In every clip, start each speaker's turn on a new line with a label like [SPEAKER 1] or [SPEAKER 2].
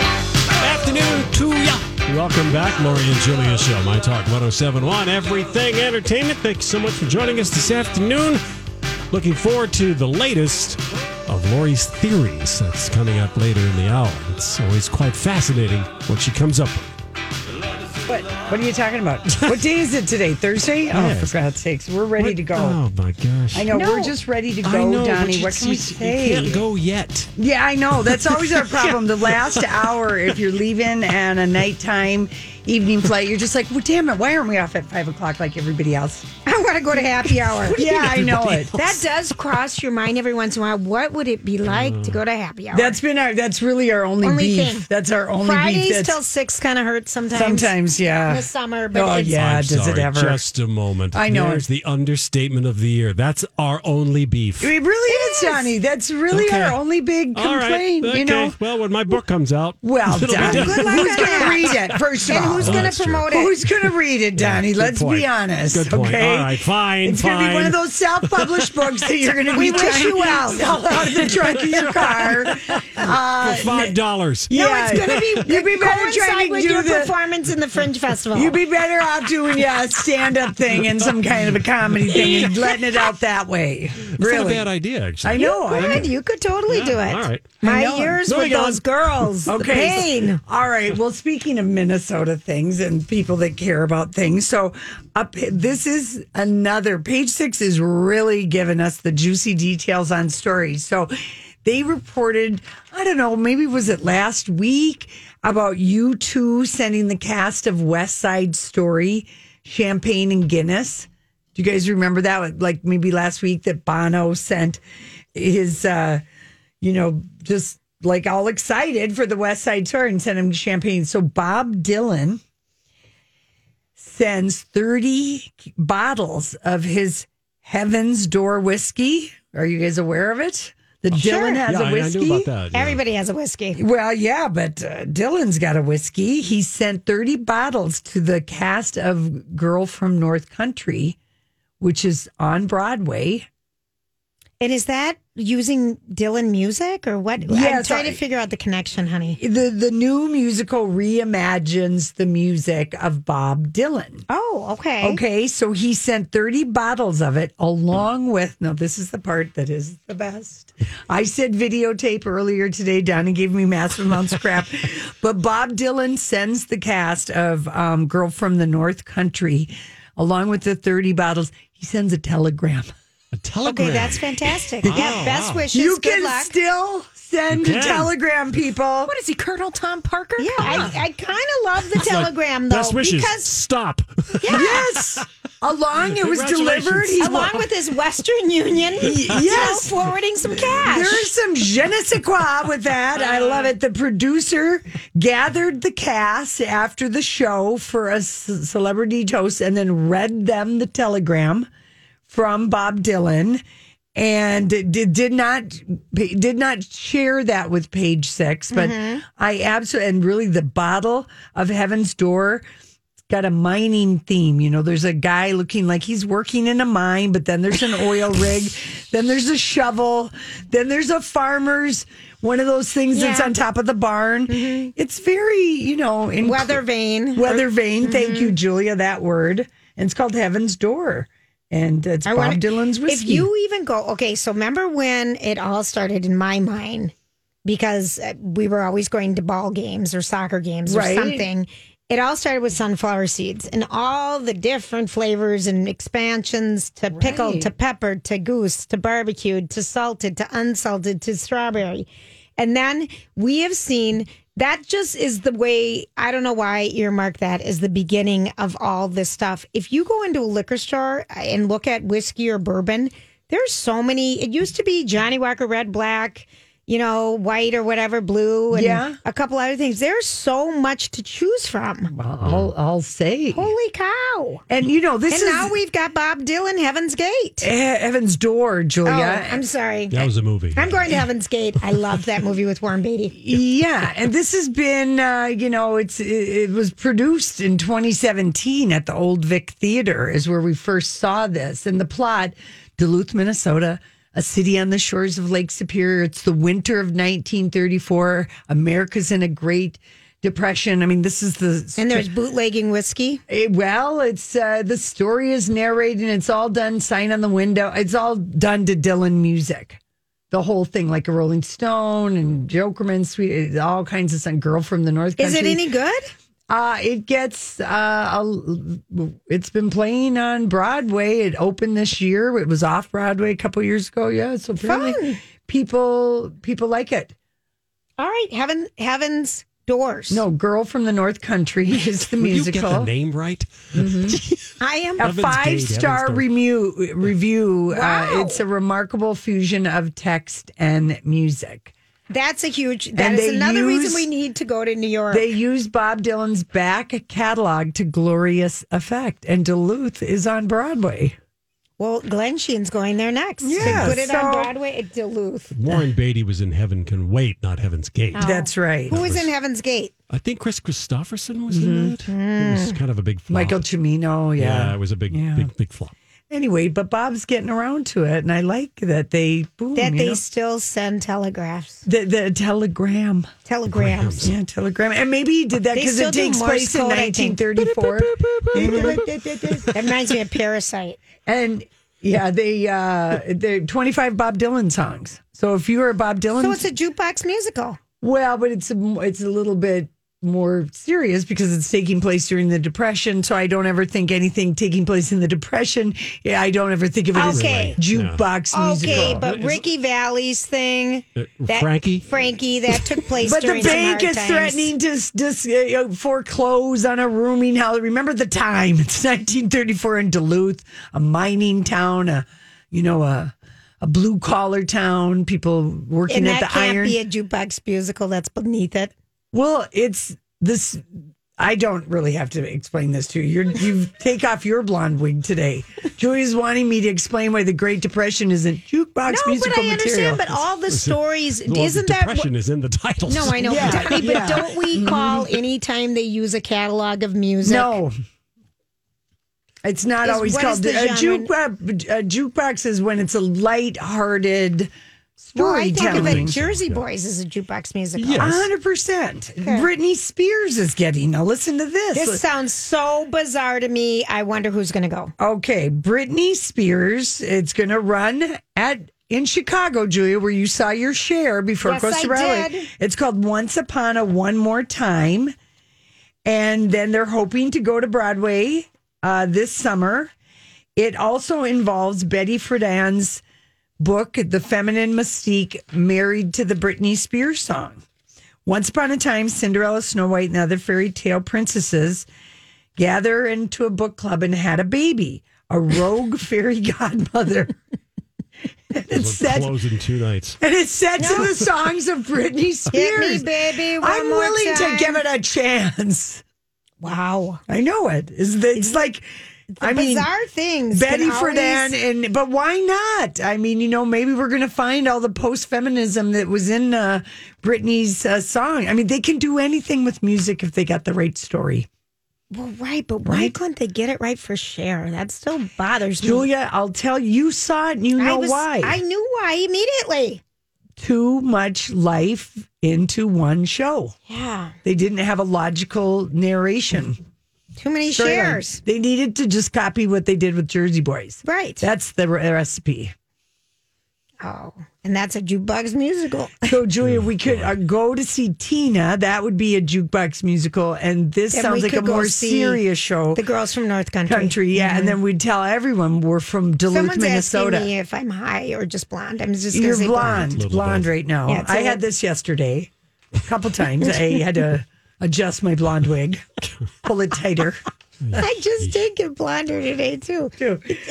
[SPEAKER 1] Afternoon to ya. Welcome back, Maury and Julia Show, My Talk 1071, Everything Entertainment. Thanks so much for joining us this afternoon. Looking forward to the latest of Lori's theories that's coming up later in the hour. It's always quite fascinating what she comes up with.
[SPEAKER 2] What? What are you talking about? what day is it today? Thursday? Oh,
[SPEAKER 1] Yes.
[SPEAKER 2] for God's sakes, we're ready
[SPEAKER 1] What-
[SPEAKER 2] to go.
[SPEAKER 1] Oh, my gosh.
[SPEAKER 2] I know
[SPEAKER 3] No.
[SPEAKER 2] we're just ready to go,
[SPEAKER 1] I know, but
[SPEAKER 2] Donnie.
[SPEAKER 1] you
[SPEAKER 2] What can we
[SPEAKER 1] just-
[SPEAKER 2] say?
[SPEAKER 1] You can't go yet.
[SPEAKER 2] Yeah, I know. That's always our problem. The last hour, if you're leaving on a nighttime evening flight, you're just like, well, damn it, why aren't we off at five o'clock like everybody else? I want to go to happy hour. yeah, I know it.
[SPEAKER 4] That does cross your mind every once in a while. What would it be like to go to happy hour?
[SPEAKER 2] That's been our. That's really our only,
[SPEAKER 4] Only
[SPEAKER 2] beef.
[SPEAKER 4] thing.
[SPEAKER 2] That's our only
[SPEAKER 4] Fridays
[SPEAKER 2] beef. That's
[SPEAKER 4] till six kind of hurts sometimes.
[SPEAKER 2] sometimes, yeah.
[SPEAKER 4] in the summer, but
[SPEAKER 2] Oh,
[SPEAKER 4] it's,
[SPEAKER 2] yeah.
[SPEAKER 1] I'm
[SPEAKER 2] does it
[SPEAKER 1] sorry,
[SPEAKER 2] ever.
[SPEAKER 1] Just a moment.
[SPEAKER 2] I know.
[SPEAKER 1] There's the understatement of the year. That's our only beef.
[SPEAKER 2] It really is, Johnny. That's really
[SPEAKER 1] Okay.
[SPEAKER 2] our only big
[SPEAKER 1] All right.
[SPEAKER 2] complaint.
[SPEAKER 1] Okay.
[SPEAKER 2] You know.
[SPEAKER 1] Well, when my book comes out.
[SPEAKER 2] Well,
[SPEAKER 1] it'll be
[SPEAKER 2] Donnie,
[SPEAKER 1] done.
[SPEAKER 4] Good luck
[SPEAKER 2] who's
[SPEAKER 4] on
[SPEAKER 2] going to
[SPEAKER 4] that.
[SPEAKER 2] read it? First of
[SPEAKER 4] And
[SPEAKER 2] all,
[SPEAKER 4] who's
[SPEAKER 1] Oh,
[SPEAKER 4] going
[SPEAKER 1] that's
[SPEAKER 4] to
[SPEAKER 1] true.
[SPEAKER 4] promote it?
[SPEAKER 2] Who's going to read it, Donnie?
[SPEAKER 1] good
[SPEAKER 2] Let's
[SPEAKER 1] point.
[SPEAKER 2] be honest.
[SPEAKER 1] Good point.
[SPEAKER 2] Okay.
[SPEAKER 1] All right, fine,
[SPEAKER 2] It's going to be one
[SPEAKER 1] fine.
[SPEAKER 2] of those self-published books that you're going to be
[SPEAKER 4] We wish
[SPEAKER 2] trying
[SPEAKER 4] you well.
[SPEAKER 2] to sell out of the trunk of your car. Uh,
[SPEAKER 1] Five dollars.
[SPEAKER 4] no, it's going to be.
[SPEAKER 2] You'd be better trying
[SPEAKER 4] coincide
[SPEAKER 2] to
[SPEAKER 4] with
[SPEAKER 2] do
[SPEAKER 4] your
[SPEAKER 2] the-
[SPEAKER 4] performance in the Fringe Festival.
[SPEAKER 2] You'd be better off doing yeah, a stand-up thing and some kind of a comedy thing and letting it out that way.
[SPEAKER 1] That's not a
[SPEAKER 2] Really?
[SPEAKER 1] bad idea, actually.
[SPEAKER 2] I know. I
[SPEAKER 4] Good, you could totally
[SPEAKER 1] Yeah,
[SPEAKER 4] do it.
[SPEAKER 1] all right.
[SPEAKER 2] I
[SPEAKER 4] My
[SPEAKER 2] know.
[SPEAKER 4] years
[SPEAKER 1] Moving
[SPEAKER 4] with those
[SPEAKER 1] on.
[SPEAKER 4] girls. the
[SPEAKER 2] Okay.
[SPEAKER 4] pain.
[SPEAKER 2] All right. Well, speaking of Minnesota things and people that care about things, so up this is another page six is really giving us the juicy details on stories. So they reported, I don't know, maybe was it last week about you two sending the cast of West Side Story champagne and Guinness. Do you guys remember that? Like maybe last week that Bono sent his, uh, you know, just like all excited for the West Side Tour and sent him champagne. So Bob Dylan sends 30 bottles of his Heaven's Door whiskey. Are you guys aware of it? That Dylan has
[SPEAKER 1] Oh, yeah, I-
[SPEAKER 2] a whiskey.
[SPEAKER 1] I knew about that. yeah.
[SPEAKER 4] Everybody has a whiskey.
[SPEAKER 2] Well, yeah, but uh, Dylan's got a whiskey. He sent 30 bottles to the cast of Girl from North Country, which is on Broadway.
[SPEAKER 4] And is that using Dylan music or what? I'm
[SPEAKER 2] Yes,
[SPEAKER 4] trying
[SPEAKER 2] I-
[SPEAKER 4] to figure out the connection, honey.
[SPEAKER 2] The the new musical reimagines the music of Bob Dylan.
[SPEAKER 4] Oh, okay.
[SPEAKER 2] Okay, so he sent 30 bottles of it along with. Now, this is the part that is the best. I said videotape earlier today. Donnie gave me massive amounts of crap. But Bob Dylan sends the cast of um, Girl from the North Country along with the 30 bottles. He sends a telegram.
[SPEAKER 1] A telegram.
[SPEAKER 4] Okay, that's fantastic. yeah, best wishes.
[SPEAKER 2] you
[SPEAKER 4] good
[SPEAKER 2] can
[SPEAKER 4] luck.
[SPEAKER 2] still send
[SPEAKER 1] You
[SPEAKER 2] a
[SPEAKER 1] can.
[SPEAKER 2] telegram, people.
[SPEAKER 5] What is he, Colonel Tom Parker?
[SPEAKER 4] Yeah, I, I kind of love the
[SPEAKER 1] Like,
[SPEAKER 4] telegram though
[SPEAKER 1] Best wishes.
[SPEAKER 4] because
[SPEAKER 1] Stop.
[SPEAKER 2] Yes. Along it was
[SPEAKER 1] Congratulations.
[SPEAKER 2] delivered. He
[SPEAKER 4] along with his Western Union,
[SPEAKER 2] yes.
[SPEAKER 4] you know, forwarding some cash.
[SPEAKER 2] There's some je ne sais quoi with that. I love it. The producer gathered the cast after the show for a c- celebrity toast and then read them the telegram from Bob Dylan and did, did not did not share that with page 6 but I absolutely and really the bottle of heaven's door got a mining theme. You know, there's a guy looking like he's working in a mine, but then there's an oil rig, then there's a shovel, then there's a farmer's one of those things that's
[SPEAKER 4] Yeah. Mm-hmm.
[SPEAKER 2] on top of the barn. It's very, you know, in-
[SPEAKER 4] Weather Mm-hmm. vane.
[SPEAKER 2] weather vane. Thank you, Julia, that word. And it's called Heaven's Door. And it's Bob
[SPEAKER 4] wanna-
[SPEAKER 2] Dylan's
[SPEAKER 4] If
[SPEAKER 2] whiskey.
[SPEAKER 4] you even go, okay, so remember when it all started in my mind because uh, we were always going to ball games or soccer games
[SPEAKER 2] Right.
[SPEAKER 4] or something. It all started with sunflower seeds and all the different flavors and expansions to pickled, to peppered, to goose, to barbecued, to salted, to unsalted, to strawberry. And then we have seen that just is the way, I don't know why I earmark that as the beginning of all this stuff. If you go into a liquor store uh, and look at whiskey or bourbon, there's so many. It used to be Johnny Walker Red, Black, you know, white or whatever, blue, and
[SPEAKER 2] Yeah.
[SPEAKER 4] a couple other things. There's so much to choose from.
[SPEAKER 2] Well, I'll, I'll say.
[SPEAKER 4] Holy cow.
[SPEAKER 2] And you know, this
[SPEAKER 4] And
[SPEAKER 2] is
[SPEAKER 4] now we've got Bob Dylan, Heaven's Gate.
[SPEAKER 2] He- Heaven's Door,
[SPEAKER 4] Oh,
[SPEAKER 2] Julia.
[SPEAKER 4] I'm sorry.
[SPEAKER 1] That was a movie.
[SPEAKER 4] I'm going to Heaven's Gate. I love that movie with Warren Beatty.
[SPEAKER 2] yeah, and this has been, uh, you know, it's it, it was produced in 2017 at the Old Vic Theater is where we first saw this. And the plot: Duluth, Minnesota, a city on the shores of Lake Superior. It's the winter of 1934. America's in a great depression. I mean, this is the
[SPEAKER 4] And there's bootlegging whiskey.
[SPEAKER 2] Eh, well, it's uh, the story is narrated. and It's all done. Sign on the window. It's all done to Dylan music. The whole thing, like a Rolling Stone and Jokerman, sweet, eh, all kinds of stuff. Girl from the North.
[SPEAKER 4] Is
[SPEAKER 2] Country.
[SPEAKER 4] it any good?
[SPEAKER 2] Uh, it gets. Uh, a- it's been playing on Broadway. It opened this year. It was off Broadway a couple years ago. Yeah, so apparently
[SPEAKER 4] Fun.
[SPEAKER 2] people people like it.
[SPEAKER 4] All right, Heaven, Heaven's Doors.
[SPEAKER 2] No, Girl from the North Country is the
[SPEAKER 1] Would you
[SPEAKER 2] musical.
[SPEAKER 1] get the name right?
[SPEAKER 4] I am.
[SPEAKER 2] a
[SPEAKER 1] Heaven's Gate,
[SPEAKER 2] five
[SPEAKER 1] Heaven's
[SPEAKER 2] star
[SPEAKER 1] Door.
[SPEAKER 2] remu- review.
[SPEAKER 4] Wow.
[SPEAKER 2] Uh, it's a remarkable fusion of text and music.
[SPEAKER 4] That's a huge. That
[SPEAKER 2] And
[SPEAKER 4] is
[SPEAKER 2] they
[SPEAKER 4] another
[SPEAKER 2] use-
[SPEAKER 4] reason we need to go to New York.
[SPEAKER 2] They use Bob Dylan's back catalog to glorious effect, and Duluth is on Broadway.
[SPEAKER 4] well, Glen Sheen's going there next.
[SPEAKER 2] Yeah,
[SPEAKER 4] They put it on
[SPEAKER 2] so-
[SPEAKER 4] Broadway at Duluth.
[SPEAKER 1] Warren Beatty was in Heaven Can Wait, not Heaven's Gate.
[SPEAKER 4] Oh.
[SPEAKER 2] That's right.
[SPEAKER 4] Who is in Heaven's Gate?
[SPEAKER 2] Hmm,
[SPEAKER 1] I think Chris Christopherson was in it.
[SPEAKER 4] Mm-hmm.
[SPEAKER 1] It
[SPEAKER 4] Mm.
[SPEAKER 1] was kind of a big flop.
[SPEAKER 2] Michael Cimino,
[SPEAKER 1] Yeah,
[SPEAKER 2] yeah.
[SPEAKER 1] it was a big,
[SPEAKER 2] Yeah.
[SPEAKER 1] big, big flop.
[SPEAKER 2] Anyway, but Bob's getting around to it, and I like that they boom,
[SPEAKER 4] That
[SPEAKER 2] you
[SPEAKER 4] they
[SPEAKER 2] know.
[SPEAKER 4] still send telegraphs,
[SPEAKER 2] the, the telegram,
[SPEAKER 4] telegrams.
[SPEAKER 2] yeah, telegram, and maybe he did that
[SPEAKER 4] They
[SPEAKER 2] because
[SPEAKER 4] still
[SPEAKER 2] it
[SPEAKER 4] do
[SPEAKER 2] takes
[SPEAKER 4] Morse
[SPEAKER 2] place in
[SPEAKER 4] code, I think.
[SPEAKER 2] 1934.
[SPEAKER 4] that reminds me of Parasite.
[SPEAKER 2] And yeah, they uh they're 25 Bob Dylan songs. So if you are a Bob Dylan
[SPEAKER 4] So it's a jukebox musical.
[SPEAKER 2] well, but it's a, it's a little bit more serious because it's taking place during the depression. So I don't ever think anything taking place in the depression. Yeah, I don't ever think of it
[SPEAKER 4] Okay.
[SPEAKER 2] as jukebox musical.
[SPEAKER 4] Okay, but Ricky Valley's thing,
[SPEAKER 1] Uh,
[SPEAKER 4] that-
[SPEAKER 1] Frankie?
[SPEAKER 4] Frankie, that took place.
[SPEAKER 2] But the
[SPEAKER 4] during some
[SPEAKER 2] bank
[SPEAKER 4] hard
[SPEAKER 2] is
[SPEAKER 4] times.
[SPEAKER 2] threatening to s- dis, uh, uh, foreclose on a rooming house. Remember the time? It's 1934 in Duluth, a mining town, a you know a a blue collar town. People working
[SPEAKER 4] And
[SPEAKER 2] at
[SPEAKER 4] that
[SPEAKER 2] the
[SPEAKER 4] can't
[SPEAKER 2] iron.
[SPEAKER 4] be a jukebox musical. That's beneath it.
[SPEAKER 2] well, it's this. I don't really have to explain this to you. You're, you take off your blonde wig today. Julia's wanting me to explain why the Great Depression isn't jukebox
[SPEAKER 4] no,
[SPEAKER 2] musical
[SPEAKER 4] but I
[SPEAKER 2] material.
[SPEAKER 4] understand. But all the stories,
[SPEAKER 1] Well,
[SPEAKER 4] isn't
[SPEAKER 1] the
[SPEAKER 4] that what-
[SPEAKER 1] depression is in the title?
[SPEAKER 4] No, I know,
[SPEAKER 2] Yeah,
[SPEAKER 4] Donnie, but
[SPEAKER 2] yeah. Mm-hmm.
[SPEAKER 4] don't we call any time they use a catalog of music?
[SPEAKER 2] No. It's not
[SPEAKER 4] Is-
[SPEAKER 2] always
[SPEAKER 4] what
[SPEAKER 2] called
[SPEAKER 4] is
[SPEAKER 2] a,
[SPEAKER 4] the
[SPEAKER 2] juke,
[SPEAKER 4] genre?
[SPEAKER 2] a, jukebox is when it's a light-hearted
[SPEAKER 4] well, I think of it.
[SPEAKER 2] storytelling.
[SPEAKER 4] Jersey Boys is a jukebox musical.
[SPEAKER 1] Yeah. Yes.
[SPEAKER 2] hundred percent. Britney Spears is getting. Now listen to this.
[SPEAKER 4] This sounds so bizarre to me. I wonder who's going to go.
[SPEAKER 2] okay, Britney Spears. It's going to run at in Chicago, Julia, where you saw your share before
[SPEAKER 4] Yes,
[SPEAKER 2] Costa
[SPEAKER 4] I
[SPEAKER 2] Rally.
[SPEAKER 4] did.
[SPEAKER 2] It's called Once Upon a One More Time, and then they're hoping to go to Broadway uh, this summer. It also involves Betty Friedan's book, The Feminine Mystique, married to the Britney Spears song. Once upon a time, Cinderella, Snow White, and other fairy tale princesses gather into a book club and had a baby, a rogue fairy godmother. and
[SPEAKER 1] It
[SPEAKER 2] it's
[SPEAKER 1] was
[SPEAKER 2] set, and
[SPEAKER 1] closed in two nights.
[SPEAKER 2] it's set to the songs of Britney
[SPEAKER 4] Hit
[SPEAKER 2] Spears.
[SPEAKER 4] me, baby. One
[SPEAKER 2] I'm
[SPEAKER 4] more
[SPEAKER 2] willing to
[SPEAKER 4] time.
[SPEAKER 2] give it a chance.
[SPEAKER 4] Wow.
[SPEAKER 2] I know it. It's, the- it's like, I mean,
[SPEAKER 4] bizarre things. can
[SPEAKER 2] Betty
[SPEAKER 4] always-
[SPEAKER 2] Friedan, and but why not? I mean, you know, maybe we're going to find all the post-feminism that was in uh, Britney's uh, song. I mean, they can do anything with music if they got the right story.
[SPEAKER 4] Well, right, but why
[SPEAKER 2] Right?
[SPEAKER 4] couldn't they get it right for share? That still bothers me.
[SPEAKER 2] Julia, I'll tell you, you saw it and you
[SPEAKER 4] I
[SPEAKER 2] know
[SPEAKER 4] was-
[SPEAKER 2] why.
[SPEAKER 4] I knew why immediately.
[SPEAKER 2] Too much life into one show.
[SPEAKER 4] Yeah,
[SPEAKER 2] They didn't have a logical narration.
[SPEAKER 4] too many
[SPEAKER 2] storyline.
[SPEAKER 4] shares.
[SPEAKER 2] They needed to just copy what they did with Jersey Boys.
[SPEAKER 4] Right.
[SPEAKER 2] That's the re- recipe.
[SPEAKER 4] oh, and that's a Jukebox musical.
[SPEAKER 2] So,
[SPEAKER 1] Oh,
[SPEAKER 2] Julia, we could uh, go to see Tina. That would be a jukebox musical. And this
[SPEAKER 4] Then
[SPEAKER 2] sounds
[SPEAKER 4] we
[SPEAKER 2] like a
[SPEAKER 4] could go
[SPEAKER 2] more
[SPEAKER 4] see
[SPEAKER 2] serious show.
[SPEAKER 4] The girls from North Country.
[SPEAKER 2] country. Yeah. And then we'd tell everyone we're from Duluth,
[SPEAKER 4] Someone's
[SPEAKER 2] Minnesota.
[SPEAKER 4] asking me if I'm high or just blonde. I'm just gonna
[SPEAKER 2] You're
[SPEAKER 4] say
[SPEAKER 2] blonde,
[SPEAKER 1] Little
[SPEAKER 2] blonde,
[SPEAKER 1] bit both.
[SPEAKER 2] right now.
[SPEAKER 4] Yeah, it's a
[SPEAKER 2] I
[SPEAKER 4] little-
[SPEAKER 2] had this yesterday a couple times. I had to adjust my blonde wig, pull it tighter.
[SPEAKER 4] I just did get blonder today too.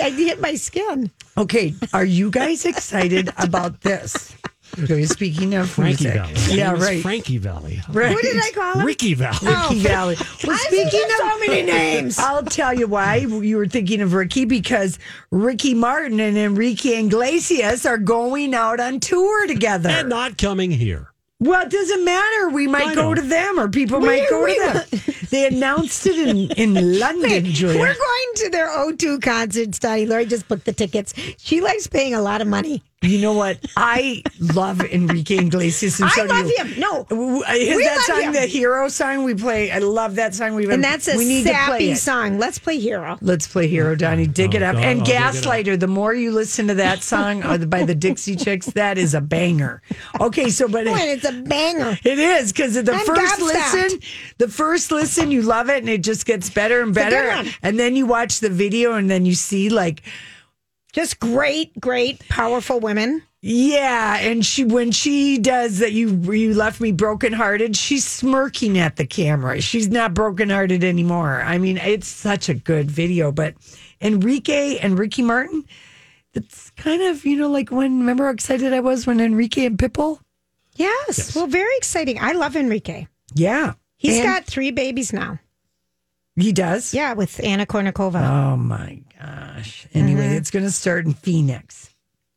[SPEAKER 4] I hit my skin.
[SPEAKER 2] Okay, are you guys excited about this? Okay, speaking of
[SPEAKER 1] Frankie
[SPEAKER 2] music,
[SPEAKER 1] Valley. His
[SPEAKER 2] yeah,
[SPEAKER 1] name is
[SPEAKER 2] right,
[SPEAKER 1] Frankie Valley.
[SPEAKER 2] right. Oh.
[SPEAKER 4] What did I call him?
[SPEAKER 1] Ricky Valley.
[SPEAKER 4] Oh,
[SPEAKER 2] Ricky Valley. Well,
[SPEAKER 4] I've seen so many names.
[SPEAKER 2] I'll tell you why you were thinking of Ricky because Ricky Martin and Enrique Iglesias are going out on tour together.
[SPEAKER 1] And not coming here.
[SPEAKER 2] Well, it doesn't matter. We might
[SPEAKER 1] I
[SPEAKER 2] go
[SPEAKER 1] know.
[SPEAKER 2] to them or people might go
[SPEAKER 4] we-
[SPEAKER 2] to them. they announced it in, in London, Julia.
[SPEAKER 4] We're going to their O2 concert, Stoney. Lori just booked the tickets. She likes paying a lot of money.
[SPEAKER 2] You know what? I love Enrique Iglesias. And
[SPEAKER 4] I
[SPEAKER 2] so do
[SPEAKER 4] love
[SPEAKER 2] you.
[SPEAKER 4] him. No.
[SPEAKER 2] W- Is
[SPEAKER 4] We
[SPEAKER 2] that
[SPEAKER 4] love
[SPEAKER 2] song
[SPEAKER 4] him.
[SPEAKER 2] the hero song we play? I love that song. We've
[SPEAKER 4] And that's a
[SPEAKER 2] we need to play
[SPEAKER 4] sappy
[SPEAKER 2] it.
[SPEAKER 4] song. Let's play Hero.
[SPEAKER 2] Let's play Hero, Donnie. Dig it up.
[SPEAKER 1] Oh, I'll-
[SPEAKER 2] and
[SPEAKER 1] I'll dig it up.
[SPEAKER 2] Gaslighter, the more you listen to that song uh, by the Dixie Chicks, that is a banger. Okay, so, but
[SPEAKER 4] Oh, and it's a banger.
[SPEAKER 2] It is because the
[SPEAKER 4] I'm
[SPEAKER 2] first
[SPEAKER 4] gobsmacked.
[SPEAKER 2] listen, the first listen, you love it, and it just gets better and
[SPEAKER 4] a good
[SPEAKER 2] better.
[SPEAKER 4] one.
[SPEAKER 2] And then you watch the video, and then you see like,
[SPEAKER 4] Just great, great, powerful women.
[SPEAKER 2] yeah. And she when she does that, you you left me brokenhearted. She's smirking at the camera. She's not brokenhearted anymore. I mean, it's such a good video. But Enrique and Ricky Martin, it's kind of you know like when remember how excited I was when Enrique and Pipple.
[SPEAKER 4] Yes. Well, very exciting. I love Enrique.
[SPEAKER 2] Yeah,
[SPEAKER 4] He's
[SPEAKER 2] And
[SPEAKER 4] got three babies now.
[SPEAKER 2] he does.
[SPEAKER 4] Yeah, with Anna Kournikova.
[SPEAKER 2] Oh my gosh. Anyway, it's going to start in Phoenix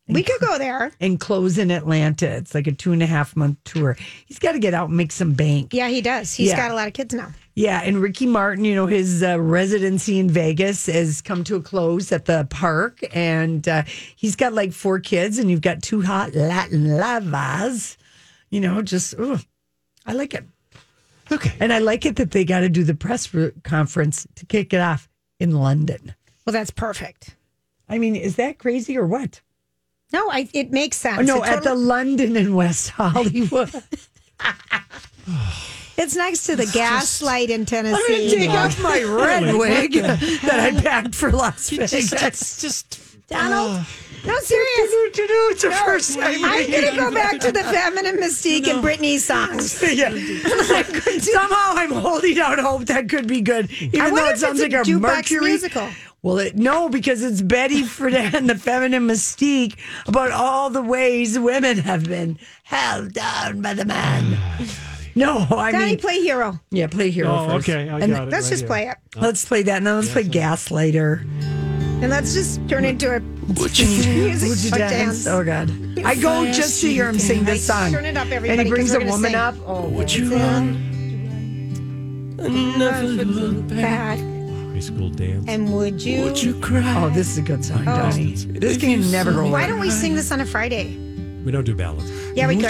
[SPEAKER 4] we could go there.
[SPEAKER 2] and close in Atlanta. It's like a two and a half month tour. He's got to get out and make some bank.
[SPEAKER 4] Yeah, he does. He's
[SPEAKER 2] Yeah.
[SPEAKER 4] got a lot of kids now.
[SPEAKER 2] Yeah. And Ricky Martin, you know, his uh, residency in Vegas has come to a close at the park. And uh, he's got like four kids, and you've got two hot Latin lavas. You know, just, ooh, I like it.
[SPEAKER 1] Okay.
[SPEAKER 2] And I like it that they got to do the press re- conference to kick it off in London.
[SPEAKER 4] Well, that's perfect.
[SPEAKER 2] I mean, is that crazy or what?
[SPEAKER 4] No, I, it makes sense.
[SPEAKER 2] Oh, no,
[SPEAKER 4] It's
[SPEAKER 2] at the
[SPEAKER 4] totally-
[SPEAKER 2] London and West Hollywood.
[SPEAKER 4] it's next to the Gaslight in Tennessee.
[SPEAKER 2] I'm going to take off my red wig that I packed for Las Vegas.
[SPEAKER 1] That's just. uh,
[SPEAKER 4] Donald, no, serious.
[SPEAKER 2] Do, do, do, It's the
[SPEAKER 4] No,
[SPEAKER 2] first time.
[SPEAKER 4] I'm going to go back to the feminine mystique and Britney songs.
[SPEAKER 2] Yeah. Somehow I'm holding out hope that could be good,
[SPEAKER 4] I
[SPEAKER 2] even
[SPEAKER 4] wonder
[SPEAKER 2] though
[SPEAKER 4] if
[SPEAKER 2] it
[SPEAKER 4] it's
[SPEAKER 2] sounds
[SPEAKER 4] a
[SPEAKER 2] like a
[SPEAKER 4] jukebox
[SPEAKER 2] Mercury
[SPEAKER 4] musical.
[SPEAKER 2] Well, it, no, because it's Betty Friedan and the feminine mystique about all the ways women have been held down by the man. No, I
[SPEAKER 4] Donnie,
[SPEAKER 2] mean,
[SPEAKER 4] play Hero.
[SPEAKER 2] yeah, play hero
[SPEAKER 1] Oh,
[SPEAKER 2] first.
[SPEAKER 1] okay. I
[SPEAKER 2] And
[SPEAKER 1] got it.
[SPEAKER 4] Let's
[SPEAKER 1] right
[SPEAKER 4] just
[SPEAKER 1] here.
[SPEAKER 4] play it.
[SPEAKER 2] Let's play that, and then let's play Gaslighter.
[SPEAKER 4] And let's just turn into a music
[SPEAKER 2] Would you
[SPEAKER 4] show
[SPEAKER 2] dance? Oh God! I go just to hear him sing this song.
[SPEAKER 4] Turn it up,
[SPEAKER 2] and
[SPEAKER 4] everybody,
[SPEAKER 2] he brings
[SPEAKER 4] 'cause we're
[SPEAKER 2] a
[SPEAKER 4] gonna
[SPEAKER 2] woman
[SPEAKER 4] sing.
[SPEAKER 2] up. Oh, what you
[SPEAKER 4] Back.
[SPEAKER 1] High school dance.
[SPEAKER 4] And would you?
[SPEAKER 2] Oh, this is a good song, Donnie. This can never go
[SPEAKER 4] Why
[SPEAKER 2] away.
[SPEAKER 4] don't we sing this on a Friday?
[SPEAKER 1] We don't do ballads.
[SPEAKER 4] Yeah, we could.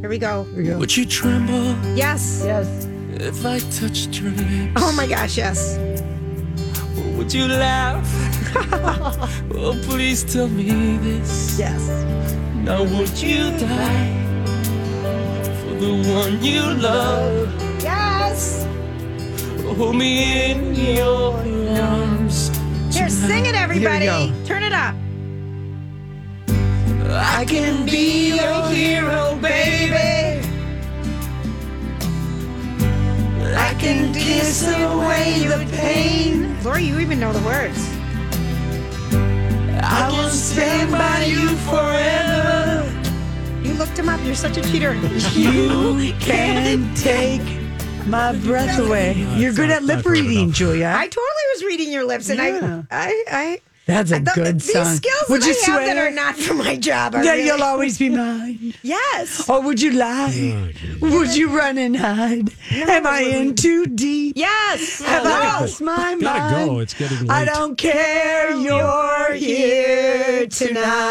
[SPEAKER 4] Here we go.
[SPEAKER 5] Would you tremble
[SPEAKER 4] Yes.
[SPEAKER 2] Yes.
[SPEAKER 5] if I touched your lips?
[SPEAKER 4] Oh my gosh, yes.
[SPEAKER 5] Or would you laugh? oh, please tell me this.
[SPEAKER 4] Yes.
[SPEAKER 5] Now, would you die for the one you love?
[SPEAKER 4] Yes.
[SPEAKER 5] Hold me in your arms.
[SPEAKER 4] Here, sing it, everybody.
[SPEAKER 2] go.
[SPEAKER 4] Turn it up.
[SPEAKER 5] I can be your hero, baby. I can kiss away the pain.
[SPEAKER 4] Lori, you even know the words.
[SPEAKER 5] I will stand by you forever.
[SPEAKER 4] You looked him up. You're such a cheater.
[SPEAKER 2] You can take my breath away. You're good
[SPEAKER 1] not-
[SPEAKER 2] at
[SPEAKER 1] not
[SPEAKER 2] lip
[SPEAKER 1] good
[SPEAKER 2] reading,
[SPEAKER 1] enough.
[SPEAKER 2] Julia.
[SPEAKER 4] I totally was reading your lips, and
[SPEAKER 2] Yeah.
[SPEAKER 4] I, I, I,
[SPEAKER 2] That's a
[SPEAKER 4] The-
[SPEAKER 2] good
[SPEAKER 4] these
[SPEAKER 2] song.
[SPEAKER 4] skills
[SPEAKER 2] Would
[SPEAKER 4] that
[SPEAKER 2] you
[SPEAKER 4] I
[SPEAKER 2] swear
[SPEAKER 4] have that are not for my job are
[SPEAKER 2] that
[SPEAKER 4] really-
[SPEAKER 2] you'll always Oh. be mine?
[SPEAKER 4] yes.
[SPEAKER 2] Or would you lie? Would you run and hide? Am I in too deep?
[SPEAKER 4] Yes.
[SPEAKER 2] Have I
[SPEAKER 4] Hello.
[SPEAKER 2] lost my mind?
[SPEAKER 1] Gotta go. It's getting
[SPEAKER 2] I
[SPEAKER 1] late.
[SPEAKER 2] don't care. You're here tonight.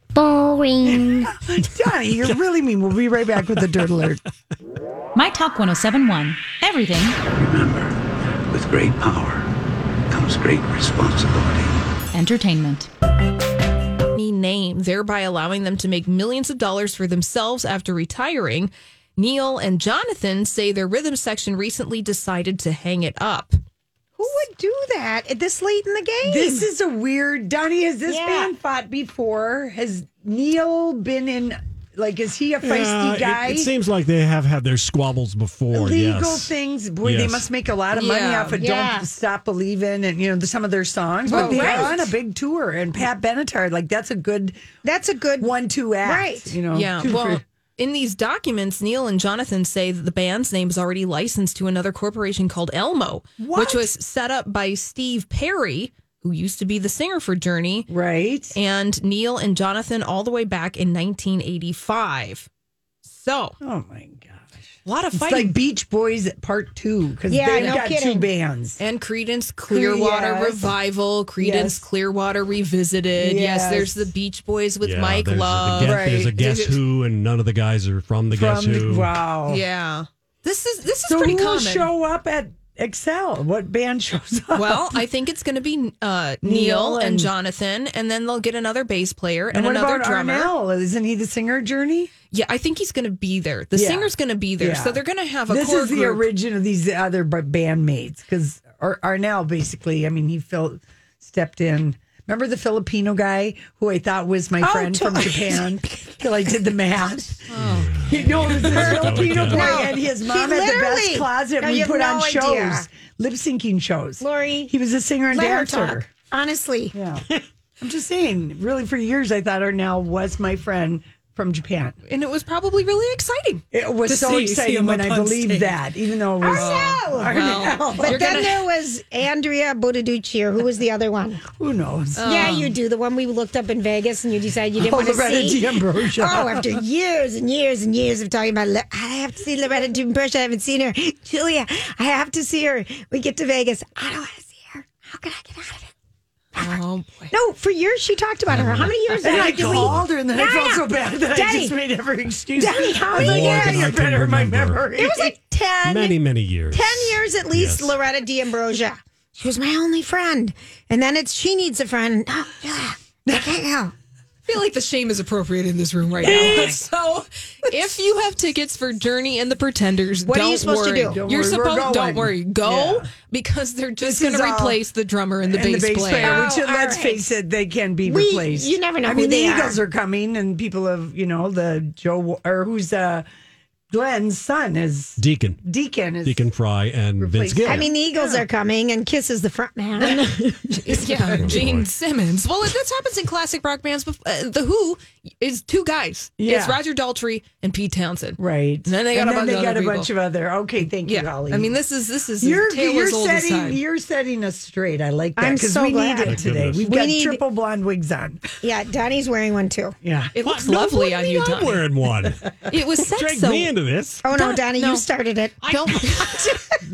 [SPEAKER 6] Boring.
[SPEAKER 2] Donnie, you're really mean. We'll be right back with the dirt alert.
[SPEAKER 7] My Talk 1071. Everything.
[SPEAKER 8] Remember, with great power comes great responsibility.
[SPEAKER 7] Entertainment.
[SPEAKER 9] Name, thereby allowing them to make millions of dollars for themselves after retiring. Neil and Jonathan say their rhythm section recently decided to hang it up.
[SPEAKER 4] Who would do that at this late in the game?
[SPEAKER 2] This is a weird Donnie. Has this
[SPEAKER 4] Yeah.
[SPEAKER 2] band fought before? Has Neil been in like is he
[SPEAKER 1] Yeah,
[SPEAKER 2] a feisty
[SPEAKER 1] it-
[SPEAKER 2] guy?
[SPEAKER 1] It, seems like they have had their squabbles before.
[SPEAKER 2] Legal
[SPEAKER 1] yes.
[SPEAKER 2] things, boy, they
[SPEAKER 1] Yes.
[SPEAKER 2] must make a lot of money
[SPEAKER 9] Yeah.
[SPEAKER 2] off of
[SPEAKER 4] Yeah.
[SPEAKER 2] "Don't Stop Believing" and you know the, some of their songs. But
[SPEAKER 4] Oh,
[SPEAKER 2] they're
[SPEAKER 4] right.
[SPEAKER 2] on a big tour, and Pat Benatar, like that's a good
[SPEAKER 4] That's a good
[SPEAKER 2] one-two act,
[SPEAKER 4] Right.
[SPEAKER 2] Oh, You know,
[SPEAKER 9] Yeah,
[SPEAKER 2] two,
[SPEAKER 9] well,
[SPEAKER 2] three.
[SPEAKER 9] in these documents, Neil and Jonathan say that the band's name is already licensed to another corporation called Elmo,
[SPEAKER 2] What?
[SPEAKER 9] which was set up by Steve Perry, who used to be the singer for Journey,
[SPEAKER 2] right?
[SPEAKER 9] and Neil and Jonathan all the way back in 1985. So, a
[SPEAKER 2] Oh my gosh,
[SPEAKER 9] lot of
[SPEAKER 2] it's
[SPEAKER 9] fighting.
[SPEAKER 2] like Beach Boys Part Two because
[SPEAKER 4] Yeah,
[SPEAKER 2] they've
[SPEAKER 4] no
[SPEAKER 2] got two
[SPEAKER 4] kidding.
[SPEAKER 2] bands.
[SPEAKER 9] and Credence Clearwater
[SPEAKER 2] Yes.
[SPEAKER 9] Revival, Credence
[SPEAKER 2] Yes.
[SPEAKER 9] Clearwater Revisited. Yes.
[SPEAKER 2] Yes.
[SPEAKER 9] there's the Beach Boys with
[SPEAKER 1] Yeah,
[SPEAKER 9] Mike
[SPEAKER 1] there's a-
[SPEAKER 9] Love.
[SPEAKER 1] the guess- There's a
[SPEAKER 2] Right.
[SPEAKER 1] guess who, and none of the guys are from the guess
[SPEAKER 2] from the-
[SPEAKER 1] who.
[SPEAKER 2] wow,
[SPEAKER 9] Yeah. This is this is
[SPEAKER 2] So
[SPEAKER 9] pretty
[SPEAKER 2] who will
[SPEAKER 9] common.
[SPEAKER 2] show up at Excel? What band shows up?
[SPEAKER 9] Well, I think it's going to be uh, Neil,
[SPEAKER 2] Neil
[SPEAKER 9] and,
[SPEAKER 2] and-
[SPEAKER 9] Jonathan, and then they'll get another bass player and,
[SPEAKER 2] and what
[SPEAKER 9] another
[SPEAKER 2] about
[SPEAKER 9] drummer.
[SPEAKER 2] Arnell? Isn't he the singer of Journey?
[SPEAKER 9] Yeah, I think he's going to be there. The
[SPEAKER 2] Yeah.
[SPEAKER 9] singer's going to be there,
[SPEAKER 2] Yeah.
[SPEAKER 9] so they're going to have a
[SPEAKER 2] this
[SPEAKER 9] core
[SPEAKER 2] is the
[SPEAKER 9] group.
[SPEAKER 2] origin of these other b- bandmates because Ar- Arnell basically, I mean, he felt stepped in. Remember the Filipino guy who I thought was
[SPEAKER 4] Oh,
[SPEAKER 2] my friend from Japan till I did the math. You know, it was this Filipino boy
[SPEAKER 4] No,
[SPEAKER 2] and his
[SPEAKER 4] Oh. he
[SPEAKER 2] mom had the best
[SPEAKER 4] literally-
[SPEAKER 2] closet.
[SPEAKER 4] No,
[SPEAKER 2] and we
[SPEAKER 4] you have
[SPEAKER 2] put on
[SPEAKER 4] no
[SPEAKER 2] shows,
[SPEAKER 4] idea.
[SPEAKER 2] lip syncing shows.
[SPEAKER 4] Lori,
[SPEAKER 2] he was a singer and
[SPEAKER 4] Let her
[SPEAKER 2] dancer.
[SPEAKER 4] talk. Honestly.
[SPEAKER 2] Yeah. I'm just saying, really, for years, I thought Arnell was my friend from Japan.
[SPEAKER 9] and it was probably really exciting.
[SPEAKER 2] It was
[SPEAKER 9] To
[SPEAKER 2] so
[SPEAKER 9] see- see
[SPEAKER 2] exciting
[SPEAKER 9] him
[SPEAKER 2] when
[SPEAKER 9] up
[SPEAKER 2] I
[SPEAKER 9] on
[SPEAKER 2] believed
[SPEAKER 9] stage.
[SPEAKER 2] that, even though it was.
[SPEAKER 4] Arnell!
[SPEAKER 9] Well,
[SPEAKER 4] But
[SPEAKER 9] you're
[SPEAKER 4] then
[SPEAKER 9] gonna-
[SPEAKER 4] there was Andrea Bottaducci, or who was the other one?
[SPEAKER 2] Who knows?
[SPEAKER 9] Oh,
[SPEAKER 4] yeah, you do. The one we looked up in Vegas and you decided you didn't
[SPEAKER 2] Um, Oh,
[SPEAKER 4] want to
[SPEAKER 2] Loretta
[SPEAKER 4] see.
[SPEAKER 2] D'Ambrosio.
[SPEAKER 4] Oh, after years and years and years of talking about, Le- I have to see Loretta D'Ambrosio. I haven't seen her. Julia, I have to see her. We get to Vegas. I don't want to see her. How can I get out of it?
[SPEAKER 9] Oh boy!
[SPEAKER 4] No, for years she talked about her. How many years
[SPEAKER 2] And I
[SPEAKER 4] back did we?
[SPEAKER 2] called her, and then I
[SPEAKER 4] No,
[SPEAKER 2] felt
[SPEAKER 4] no.
[SPEAKER 2] so bad that I
[SPEAKER 4] Daddy.
[SPEAKER 2] just made every excuse.
[SPEAKER 4] Daddy, how
[SPEAKER 2] I was
[SPEAKER 4] many
[SPEAKER 2] like, yeah,
[SPEAKER 1] years?
[SPEAKER 2] you're better in my
[SPEAKER 1] Remember.
[SPEAKER 2] memory.
[SPEAKER 4] It was like 10,
[SPEAKER 1] Many, many years.
[SPEAKER 4] 10 years at least,
[SPEAKER 1] Yes.
[SPEAKER 4] Loretta D'Ambrosia. She was my only friend. And then it's she needs a friend. Oh, yeah. I can't go.
[SPEAKER 9] I feel like the shame is appropriate in this room right now. so, if you have tickets for Journey and the Pretenders,
[SPEAKER 4] What are
[SPEAKER 9] don't
[SPEAKER 4] you supposed to
[SPEAKER 9] worry.
[SPEAKER 4] do?
[SPEAKER 9] You're
[SPEAKER 4] Don't
[SPEAKER 2] worry, we're
[SPEAKER 9] supposed.
[SPEAKER 2] going.
[SPEAKER 9] Don't worry. Go
[SPEAKER 2] Yeah.
[SPEAKER 9] because they're
[SPEAKER 2] This
[SPEAKER 9] just going
[SPEAKER 2] is
[SPEAKER 9] to
[SPEAKER 2] all-
[SPEAKER 9] replace the drummer and the,
[SPEAKER 2] and
[SPEAKER 9] bass, player.
[SPEAKER 2] which
[SPEAKER 4] Oh, all
[SPEAKER 2] let's
[SPEAKER 4] right.
[SPEAKER 2] face it, they can be
[SPEAKER 4] We-
[SPEAKER 2] replaced.
[SPEAKER 4] you never know
[SPEAKER 2] I
[SPEAKER 4] who
[SPEAKER 2] mean,
[SPEAKER 4] they
[SPEAKER 2] the
[SPEAKER 4] are.
[SPEAKER 2] Eagles are coming, and people have you know the Joe or who's uh Glenn's son is
[SPEAKER 1] Deacon.
[SPEAKER 2] Deacon is
[SPEAKER 1] Deacon Fry and Vince
[SPEAKER 2] Replace-
[SPEAKER 1] Gill.
[SPEAKER 4] I mean, the Eagles are coming and Kiss is the front man.
[SPEAKER 9] Yeah, Gene Simmons. Well, this happens in classic rock bands. Bef- uh, the Who is two guys.
[SPEAKER 2] Yeah.
[SPEAKER 9] It's Roger Daltrey and Pete Townsend.
[SPEAKER 2] right.
[SPEAKER 9] And then they got a bunch
[SPEAKER 2] they
[SPEAKER 9] of
[SPEAKER 2] got
[SPEAKER 9] other
[SPEAKER 2] a bunch of
[SPEAKER 9] people.
[SPEAKER 2] other. Okay, thank you,
[SPEAKER 9] Yeah,
[SPEAKER 2] Holly.
[SPEAKER 9] I mean this is this is
[SPEAKER 2] You're
[SPEAKER 9] as tale
[SPEAKER 2] you're
[SPEAKER 9] as old as
[SPEAKER 2] setting
[SPEAKER 9] time.
[SPEAKER 2] you're setting us straight. I like that
[SPEAKER 4] I'm
[SPEAKER 2] because
[SPEAKER 4] so
[SPEAKER 2] we
[SPEAKER 4] glad.
[SPEAKER 2] need
[SPEAKER 4] My
[SPEAKER 2] it today.
[SPEAKER 1] goodness.
[SPEAKER 2] We've
[SPEAKER 4] We
[SPEAKER 2] got
[SPEAKER 4] need-
[SPEAKER 2] triple blonde wigs on.
[SPEAKER 4] yeah, Donnie's wearing one too.
[SPEAKER 2] Yeah,
[SPEAKER 9] it looks
[SPEAKER 1] No
[SPEAKER 9] lovely
[SPEAKER 1] wonder
[SPEAKER 9] on you,
[SPEAKER 1] I'm
[SPEAKER 9] Donnie.
[SPEAKER 1] wearing one.
[SPEAKER 9] It was said
[SPEAKER 1] Drag
[SPEAKER 9] so.
[SPEAKER 1] me into to this.
[SPEAKER 4] Oh no, Donnie, you started it. Don't.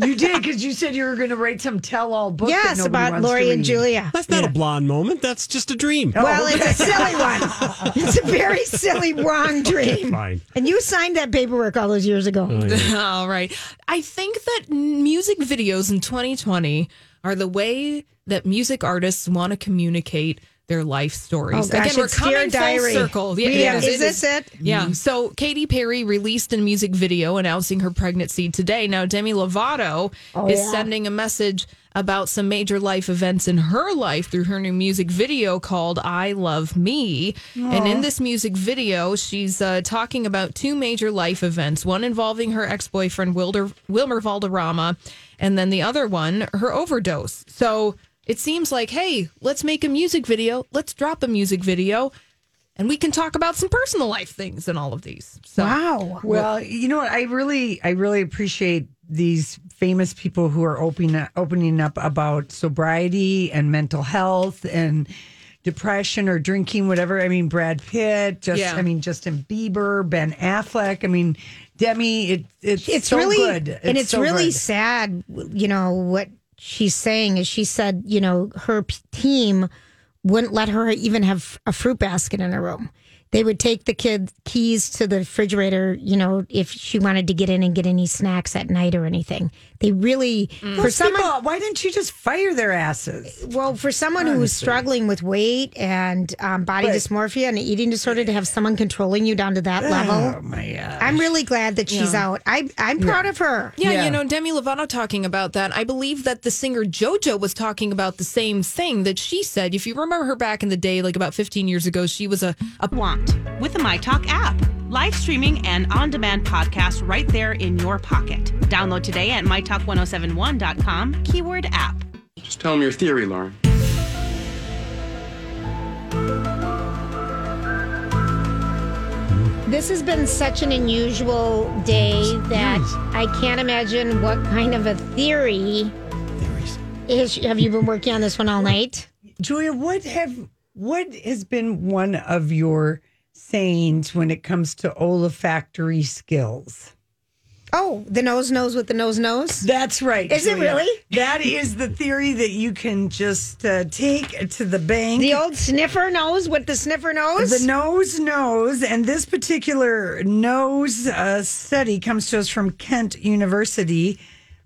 [SPEAKER 2] you did because you said you were going to write some tell-all book. that
[SPEAKER 4] yes,
[SPEAKER 2] nobody
[SPEAKER 4] about
[SPEAKER 2] wants to
[SPEAKER 4] Lori and
[SPEAKER 2] read.
[SPEAKER 4] Julia.
[SPEAKER 1] That's not a blonde moment. That's just a dream.
[SPEAKER 4] Well, it's a silly one. It's a very silly, wrong dream.
[SPEAKER 1] Fine.
[SPEAKER 4] And you signed that paperwork all those years ago.
[SPEAKER 9] All right. I think that music videos in 2020 are the way that music artists want to communicate their life stories.
[SPEAKER 4] Oh, gosh,
[SPEAKER 9] Again, we're
[SPEAKER 4] it's Dear
[SPEAKER 9] coming
[SPEAKER 4] Diary.
[SPEAKER 9] full circle.
[SPEAKER 4] Yeah,
[SPEAKER 9] it
[SPEAKER 4] is this it?
[SPEAKER 9] Yeah. Mm-hmm. So Katy Perry released a music video announcing her pregnancy today. Now Demi Lovato
[SPEAKER 4] Oh,
[SPEAKER 9] is
[SPEAKER 4] yeah.
[SPEAKER 9] sending a message about some major life events in her life through her new music video called I Love Me. And
[SPEAKER 4] Oh.
[SPEAKER 9] in this music video, she's uh, talking about two major life events, one involving her ex-boyfriend Wilder, Wilmer Valderrama, and then the other one, her overdose. So it seems like, hey, let's make a music video. Let's drop a music video and we can talk about some personal life things and all of these. So,
[SPEAKER 4] Wow.
[SPEAKER 2] Well, you know what? I really, I really appreciate these famous people who are opening opening up about sobriety and mental health and depression or drinking, whatever. I mean, Brad Pitt, just
[SPEAKER 9] Yeah.
[SPEAKER 2] I mean, Justin Bieber, Ben Affleck. I mean, Demi. It, it's
[SPEAKER 4] it's
[SPEAKER 2] so
[SPEAKER 4] really
[SPEAKER 2] good,
[SPEAKER 4] and it's
[SPEAKER 2] so
[SPEAKER 4] really
[SPEAKER 2] good.
[SPEAKER 4] sad you know what she's saying is she said you know her p- team wouldn't let her even have a fruit basket in her room they would take the kid keys to the refrigerator you know if she wanted to get in and get any snacks at night or anything they really for
[SPEAKER 2] Mm. Those
[SPEAKER 4] someone
[SPEAKER 2] people, why didn't you just fire their asses?
[SPEAKER 4] well for someone who was struggling with weight and um, body
[SPEAKER 2] But-
[SPEAKER 4] dysmorphia and eating disorder to have someone controlling you down to that level
[SPEAKER 2] Oh my god!
[SPEAKER 4] i'm really glad that she's out I, i'm proud of her
[SPEAKER 9] yeah, you know, Demi Lovato talking about that. I believe that the singer JoJo was talking about the same thing that she said. If you remember her back in the day, like about 15 years ago, she was a, a
[SPEAKER 7] Want with the MyTalk app. Live streaming and on demand podcasts right there in your pocket. Download today at mytalk1071.com, keyword app.
[SPEAKER 5] Just tell him your theory, Lauren.
[SPEAKER 4] This has been such an unusual day that I can't imagine what kind of a theory. Is, have you been working on this one all night?
[SPEAKER 2] Julia, what have what has been one of your sayings when it comes to olfactory skills?
[SPEAKER 4] Oh, the nose knows what the nose knows.
[SPEAKER 2] That's right.
[SPEAKER 4] Is it
[SPEAKER 2] Julia.
[SPEAKER 4] really?
[SPEAKER 2] That is the theory that you can just uh, take to the bank.
[SPEAKER 4] The old sniffer knows what the sniffer knows.
[SPEAKER 2] The nose knows, and this particular nose uh, study comes to us from Kent University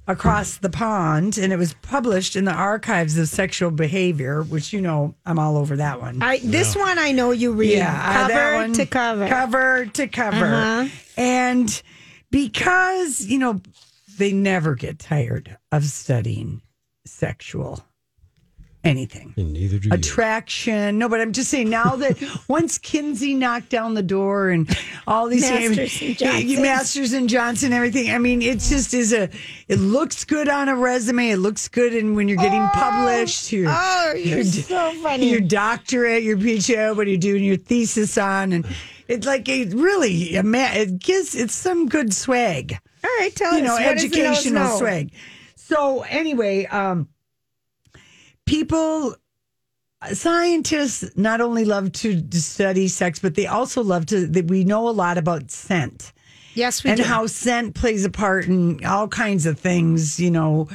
[SPEAKER 2] across the pond, and it was published in the Archives of Sexual Behavior, which you know I'm all over that one.
[SPEAKER 4] I, this one I know you read
[SPEAKER 2] Yeah, uh, that
[SPEAKER 4] cover
[SPEAKER 2] one-
[SPEAKER 4] to cover. Uh-huh.
[SPEAKER 2] cover to cover, and because you know they never get tired of studying sexual anything,
[SPEAKER 1] And neither do you.
[SPEAKER 2] attraction. No, but I'm just saying now that once Kinsey knocked down the door and all these
[SPEAKER 4] Masters and Johnson.
[SPEAKER 2] Masters and Johnson, everything. I mean, it just is a. It looks good on a resume. It looks good, and when you're getting published, you're,
[SPEAKER 4] Oh, you're so funny.
[SPEAKER 2] your doctorate, your PhD, what are you doing your thesis on? And it's like it really, a ma- it gives it's some good swag,
[SPEAKER 4] all right, tell
[SPEAKER 2] you know,
[SPEAKER 4] us what does the nose
[SPEAKER 2] educational
[SPEAKER 4] know?
[SPEAKER 2] swag. So anyway, um, people, scientists not only love to study sex, but they also love to. That we know a lot about scent
[SPEAKER 4] Yes, we
[SPEAKER 2] and
[SPEAKER 4] do.
[SPEAKER 2] how scent plays a part in all kinds of things, you know,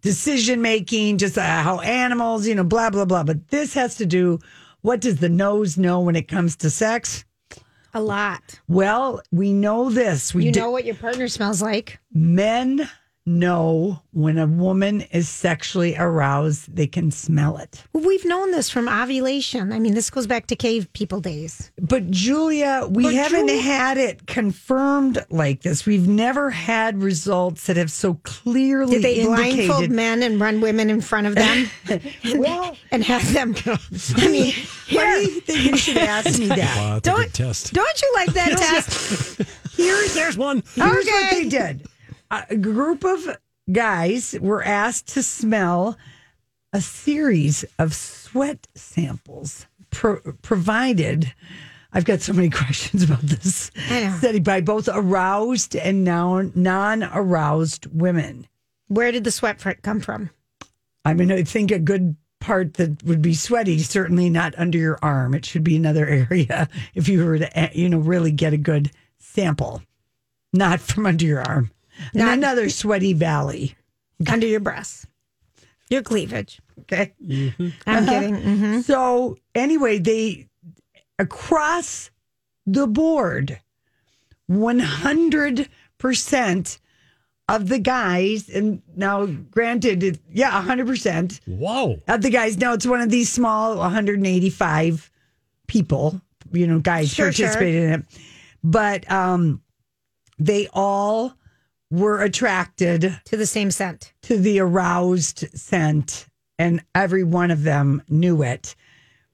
[SPEAKER 2] decision making, just uh, how animals, you know, blah, blah, blah. But this has to do what does the nose know when it comes to sex?
[SPEAKER 4] a lot.
[SPEAKER 2] Well, we know this. We
[SPEAKER 4] You
[SPEAKER 2] do-
[SPEAKER 4] know what your partner smells like.
[SPEAKER 2] men know when a woman is sexually aroused, they can smell it.
[SPEAKER 4] Well, we've known this from ovulation. I mean, this goes back to cave people days.
[SPEAKER 2] But Julia, we haven't had it confirmed like this. We've never had results that have so clearly
[SPEAKER 4] Did they
[SPEAKER 2] indicated
[SPEAKER 4] blindfold men and run women in front of them? well, and have them. I mean,
[SPEAKER 2] Why do you think you should ask me that?
[SPEAKER 1] Wow, that's a
[SPEAKER 4] don't
[SPEAKER 1] good test.
[SPEAKER 4] don't you like that test?
[SPEAKER 2] Here's,
[SPEAKER 1] There's one.
[SPEAKER 2] here's what
[SPEAKER 4] Okay.
[SPEAKER 2] they did. A group of guys were asked to smell a series of sweat samples pro- provided. I've got so many questions about this
[SPEAKER 4] I know.
[SPEAKER 2] study by both aroused and non aroused women.
[SPEAKER 4] Where did the sweat fr- come from?
[SPEAKER 2] I mean, I think a good part that would be sweaty, certainly not under your arm. It should be another area if you were to, eh, you know, really get a good sample. not from under your arm. And
[SPEAKER 4] Not-
[SPEAKER 2] another sweaty valley.
[SPEAKER 4] under your breasts, your cleavage.
[SPEAKER 2] Okay.
[SPEAKER 4] I'm
[SPEAKER 2] Uh-huh.
[SPEAKER 4] kidding. Mhm.
[SPEAKER 2] So anyway, they across the board, one hundred percent of the guys, and now granted, it, yeah, hundred percent
[SPEAKER 1] Whoa.
[SPEAKER 2] of the guys. Now it's one of these small, one hundred and eighty-five people, you know, guys
[SPEAKER 4] Sure, sure.
[SPEAKER 2] participated in it, but um, they all were attracted
[SPEAKER 4] To the same scent.
[SPEAKER 2] to the aroused scent, and every one of them knew it,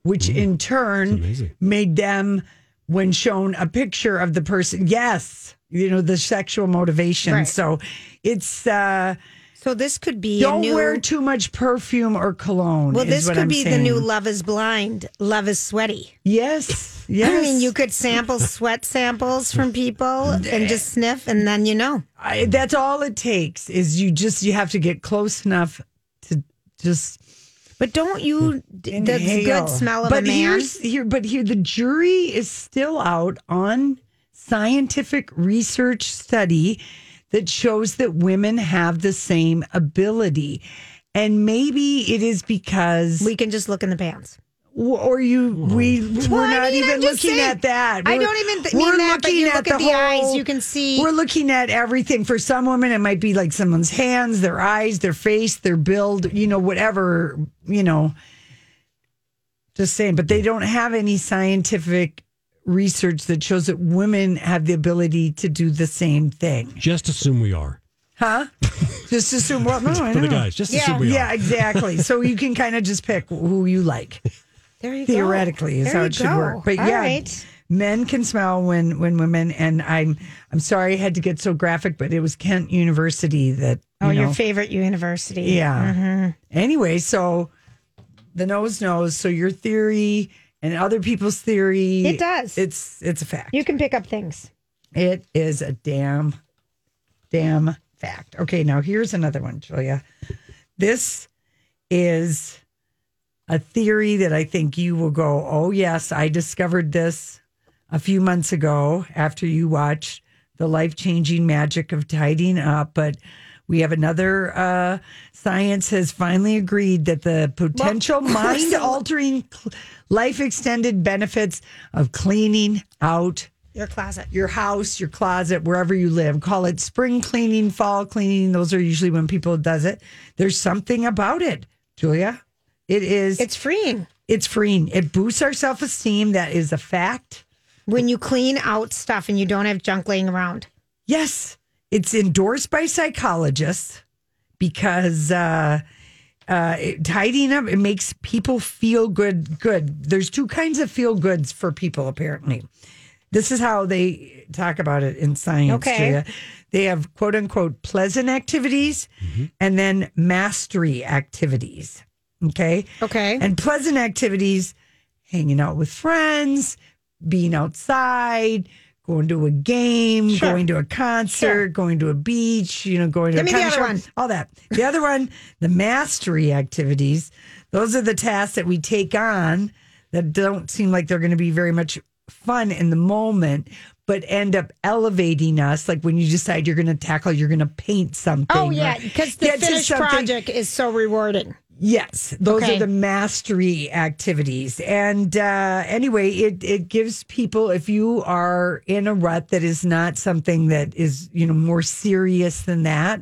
[SPEAKER 2] which in turn
[SPEAKER 1] amazing.
[SPEAKER 2] made them, when shown a picture of the person, yes, you know, the sexual motivation.
[SPEAKER 4] Right.
[SPEAKER 2] So it's, uh,
[SPEAKER 4] So this could be a
[SPEAKER 2] don't
[SPEAKER 4] new.
[SPEAKER 2] wear too much perfume or cologne.
[SPEAKER 4] well,
[SPEAKER 2] is
[SPEAKER 4] this
[SPEAKER 2] what
[SPEAKER 4] could
[SPEAKER 2] I'm
[SPEAKER 4] be
[SPEAKER 2] saying.
[SPEAKER 4] the new "Love Is Blind," "Love Is Sweaty."
[SPEAKER 2] Yes. Yes.
[SPEAKER 4] I mean, you could sample sweat samples from people and just sniff, and then you know.
[SPEAKER 2] I, that's all it takes is you just, you have to get close enough to just
[SPEAKER 4] But don't you? The
[SPEAKER 2] Inhale.
[SPEAKER 4] good smell of
[SPEAKER 2] but
[SPEAKER 4] a man.
[SPEAKER 2] Here's, here, but here, the jury is still out on scientific research study that shows that women have the same ability. And maybe it is because,
[SPEAKER 4] we can just look in the pants.
[SPEAKER 2] or you, we, we're
[SPEAKER 4] Well, I
[SPEAKER 2] not
[SPEAKER 4] mean,
[SPEAKER 2] even
[SPEAKER 4] I'm just
[SPEAKER 2] looking
[SPEAKER 4] saying-
[SPEAKER 2] at that.
[SPEAKER 4] I
[SPEAKER 2] We're-
[SPEAKER 4] don't even th-
[SPEAKER 2] we're
[SPEAKER 4] mean that, but you look at the eyes, you can see-
[SPEAKER 2] We're looking at everything. For some women, it might be like someone's hands, their eyes, their face, their build, you know, whatever, you know. Just saying, but they don't have any scientific research that shows that women have the ability to do the same thing,
[SPEAKER 1] Just assume we are.
[SPEAKER 2] huh? just assume. Well, no, I
[SPEAKER 1] For the
[SPEAKER 2] know.
[SPEAKER 1] guys, just
[SPEAKER 4] Yeah.
[SPEAKER 1] assume we
[SPEAKER 2] Yeah,
[SPEAKER 1] are.
[SPEAKER 2] exactly. so you can kind of just pick who you like
[SPEAKER 4] There you
[SPEAKER 2] theoretically
[SPEAKER 4] go.
[SPEAKER 2] is
[SPEAKER 4] There
[SPEAKER 2] how
[SPEAKER 4] you
[SPEAKER 2] it should
[SPEAKER 4] go.
[SPEAKER 2] work. But
[SPEAKER 4] All
[SPEAKER 2] yeah,
[SPEAKER 4] right.
[SPEAKER 2] men can smell when when women. And I'm I'm sorry I had to get so graphic, but it was Kent University that. You
[SPEAKER 4] Oh, Mm-hmm.
[SPEAKER 2] know,
[SPEAKER 4] your favorite university.
[SPEAKER 2] Yeah. Anyway, so the nose knows. So your theory and other people's theory.
[SPEAKER 4] It does.
[SPEAKER 2] It's it's a fact.
[SPEAKER 4] You can pick up things.
[SPEAKER 2] It is a damn, damn fact. Okay, now here's another one, Julia. This is a theory that I think you will go, oh, yes, I discovered this a few months ago after you watched The Life Changing Magic of Tidying Up. But we have another uh, science has finally agreed that the potential mind altering, life extended benefits of cleaning out
[SPEAKER 4] Your closet.
[SPEAKER 2] your house, your closet, wherever you live. Call it spring cleaning, fall cleaning. Those are usually when people does it. There's something about it, Julia. It is. It's
[SPEAKER 4] It's freeing.
[SPEAKER 2] it's freeing. It boosts our self esteem. That is a fact.
[SPEAKER 4] When you clean out stuff and you don't have junk laying around.
[SPEAKER 2] Yes, it's endorsed by psychologists because uh, uh, it- tidying up it makes people feel good. Good. There's two kinds of feel goods for people apparently. This is how they talk about it in science.
[SPEAKER 4] Okay.
[SPEAKER 2] Julia. They have quote unquote pleasant activities and then mastery activities. Okay.
[SPEAKER 4] Okay.
[SPEAKER 2] And pleasant activities, hanging out with friends, being outside, going to a game,
[SPEAKER 4] Sure.
[SPEAKER 2] going to a concert,
[SPEAKER 4] Sure.
[SPEAKER 2] going to a beach, you know, going to a
[SPEAKER 4] Give me the
[SPEAKER 2] coffee
[SPEAKER 4] other
[SPEAKER 2] shop,
[SPEAKER 4] one.
[SPEAKER 2] all that. The other one, the mastery activities, those are the tasks that we take on that don't seem like they're going to be very much fun in the moment. But end up elevating us, like when you decide you're going to tackle, you're going to paint something.
[SPEAKER 4] Oh,
[SPEAKER 2] or
[SPEAKER 4] yeah. Because the
[SPEAKER 2] get to
[SPEAKER 4] finished
[SPEAKER 2] something-
[SPEAKER 4] project is so rewarding.
[SPEAKER 2] Yes, those
[SPEAKER 4] Okay.
[SPEAKER 2] are the mastery activities. And uh, anyway, it it gives people if you are in a rut that is not something that is you know more serious than that.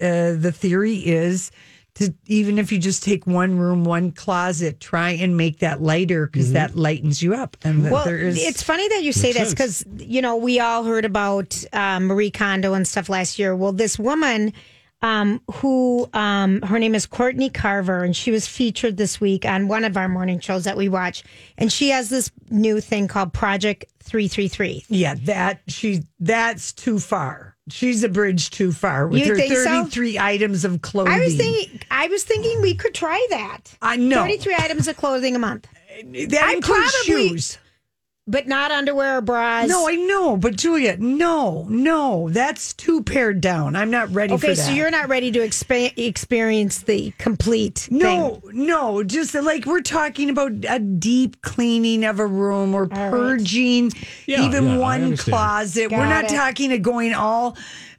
[SPEAKER 2] Uh, the theory is to even if you just take one room, one closet, try and make that lighter because that lightens you up. And that
[SPEAKER 4] Mm-hmm. Well,
[SPEAKER 2] there is
[SPEAKER 4] it's funny that you say this because you know we all heard about um, Marie Kondo and stuff last year. Well, this woman um, who um, her name is Courtney Carver, and she was featured this week on one of our morning shows that we watch, and she has this new thing called Project Three Three Three.
[SPEAKER 2] yeah that she that's too far. She's a bridge too far with
[SPEAKER 4] You
[SPEAKER 2] her
[SPEAKER 4] think so?
[SPEAKER 2] thirty three items of clothing.
[SPEAKER 4] I was thinking, I was thinking we could try that.
[SPEAKER 2] Oh, I know
[SPEAKER 4] Thirty-three items of clothing a month.
[SPEAKER 2] that
[SPEAKER 4] I
[SPEAKER 2] includes
[SPEAKER 4] probably-
[SPEAKER 2] shoes.
[SPEAKER 4] but not underwear or bras.
[SPEAKER 2] No, I know, but Julia, no, no, that's too pared down. I'm not ready for
[SPEAKER 4] Okay,
[SPEAKER 2] that.
[SPEAKER 4] so you're not ready to expa- experience the complete
[SPEAKER 2] No, no, just like we're talking about a deep cleaning of a room or purging
[SPEAKER 1] Yeah,
[SPEAKER 2] even
[SPEAKER 1] yeah, I
[SPEAKER 2] one
[SPEAKER 1] understand.
[SPEAKER 2] closet. we're
[SPEAKER 4] Got
[SPEAKER 2] not
[SPEAKER 4] it.
[SPEAKER 2] talking of going all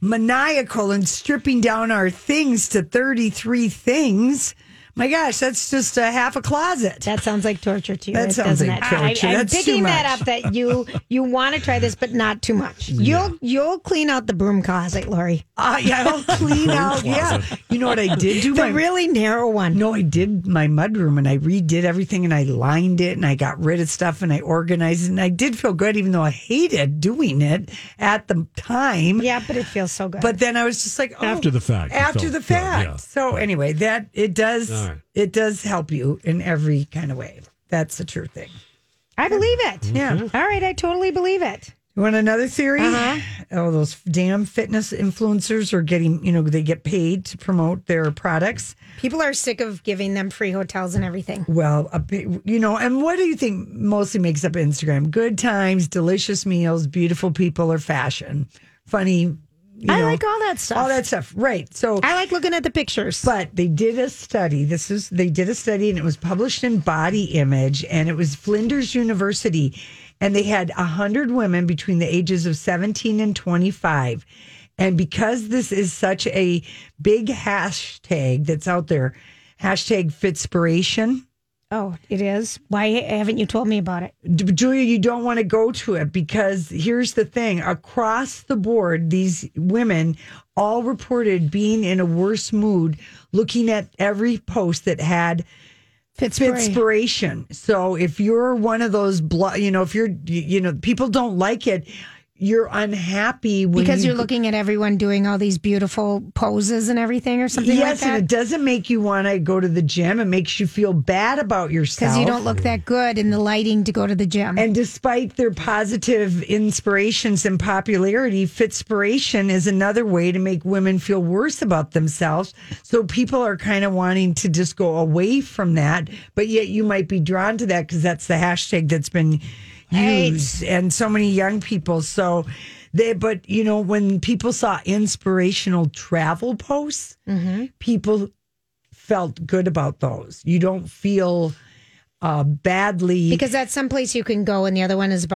[SPEAKER 2] maniacal and stripping down our things to 33 things. My gosh, that's just a half a closet.
[SPEAKER 4] That sounds like torture to you.
[SPEAKER 2] That
[SPEAKER 4] It
[SPEAKER 2] sounds
[SPEAKER 4] doesn't
[SPEAKER 2] like
[SPEAKER 4] it?
[SPEAKER 2] torture.
[SPEAKER 4] I, I'm
[SPEAKER 2] That's too
[SPEAKER 4] picking that
[SPEAKER 2] much.
[SPEAKER 4] up that you you want to try this, but not too much. You'll you'll clean out the broom closet, Lori.
[SPEAKER 2] Uh, yeah, I'll clean out. Yeah.
[SPEAKER 1] closet.
[SPEAKER 2] You know what I did do?
[SPEAKER 4] The
[SPEAKER 2] My-
[SPEAKER 4] really narrow one.
[SPEAKER 2] No, I did my mudroom and I redid everything and I lined it and I got rid of stuff and I organized it and I did feel good even though I hated doing it at the time.
[SPEAKER 4] Yeah, but it feels so good.
[SPEAKER 2] But then I was just like oh,
[SPEAKER 1] After the fact, it
[SPEAKER 2] After
[SPEAKER 1] felt
[SPEAKER 2] the
[SPEAKER 1] good,
[SPEAKER 2] fact.
[SPEAKER 1] yeah.
[SPEAKER 2] So anyway, that it does
[SPEAKER 1] All right.
[SPEAKER 2] it does help you in every kind of way. That's the true thing.
[SPEAKER 4] I believe it.
[SPEAKER 2] Yeah.
[SPEAKER 4] All right, I totally believe it.
[SPEAKER 2] You want another theory? Oh, those damn fitness influencers are getting, you know, they get paid to promote their products.
[SPEAKER 4] People are sick of giving them free hotels and everything.
[SPEAKER 2] Well, a, bi- you know, and what do you think mostly makes up Instagram? Good times, delicious meals, beautiful people, or fashion, funny. You
[SPEAKER 4] I
[SPEAKER 2] know,
[SPEAKER 4] like all that stuff.
[SPEAKER 2] all that stuff, right? So,
[SPEAKER 4] I like looking at the pictures.
[SPEAKER 2] but they did a study. This is they did a study, and it was published in Body Image, and it was Flinders University, and they had hundred women between the ages of seventeen and twenty-five. And because this is such a big hashtag that's out there, hashtag Fitspiration.
[SPEAKER 4] oh, it is. Why haven't you told me about it?
[SPEAKER 2] D- Julia, you don't want to go to it because here's the thing across the board, these women all reported being in a worse mood looking at every post that had
[SPEAKER 4] Pittsburgh.
[SPEAKER 2] inspiration. So if you're one of those, blo- you know, if you're, you know, people don't like it, you're unhappy when
[SPEAKER 4] Because
[SPEAKER 2] you-
[SPEAKER 4] you're looking at everyone doing all these beautiful poses and everything or something
[SPEAKER 2] Yes,
[SPEAKER 4] like
[SPEAKER 2] and it
[SPEAKER 4] that.
[SPEAKER 2] doesn't make you want to go to the gym. It makes you feel bad about yourself.
[SPEAKER 4] Because you don't look that good in the lighting to go to the gym.
[SPEAKER 2] And despite their positive inspirations and popularity, Fitspiration is another way to make women feel worse about themselves. So people are kind of wanting to just go away from that, but yet you might be drawn to that because that's the hashtag that's been
[SPEAKER 4] Right.
[SPEAKER 2] used and so many young people. So they, but you know, when people saw inspirational travel posts,
[SPEAKER 4] Mm-hmm.
[SPEAKER 2] people felt good about those. You don't feel uh, badly
[SPEAKER 4] because that's someplace you can go and the other one is about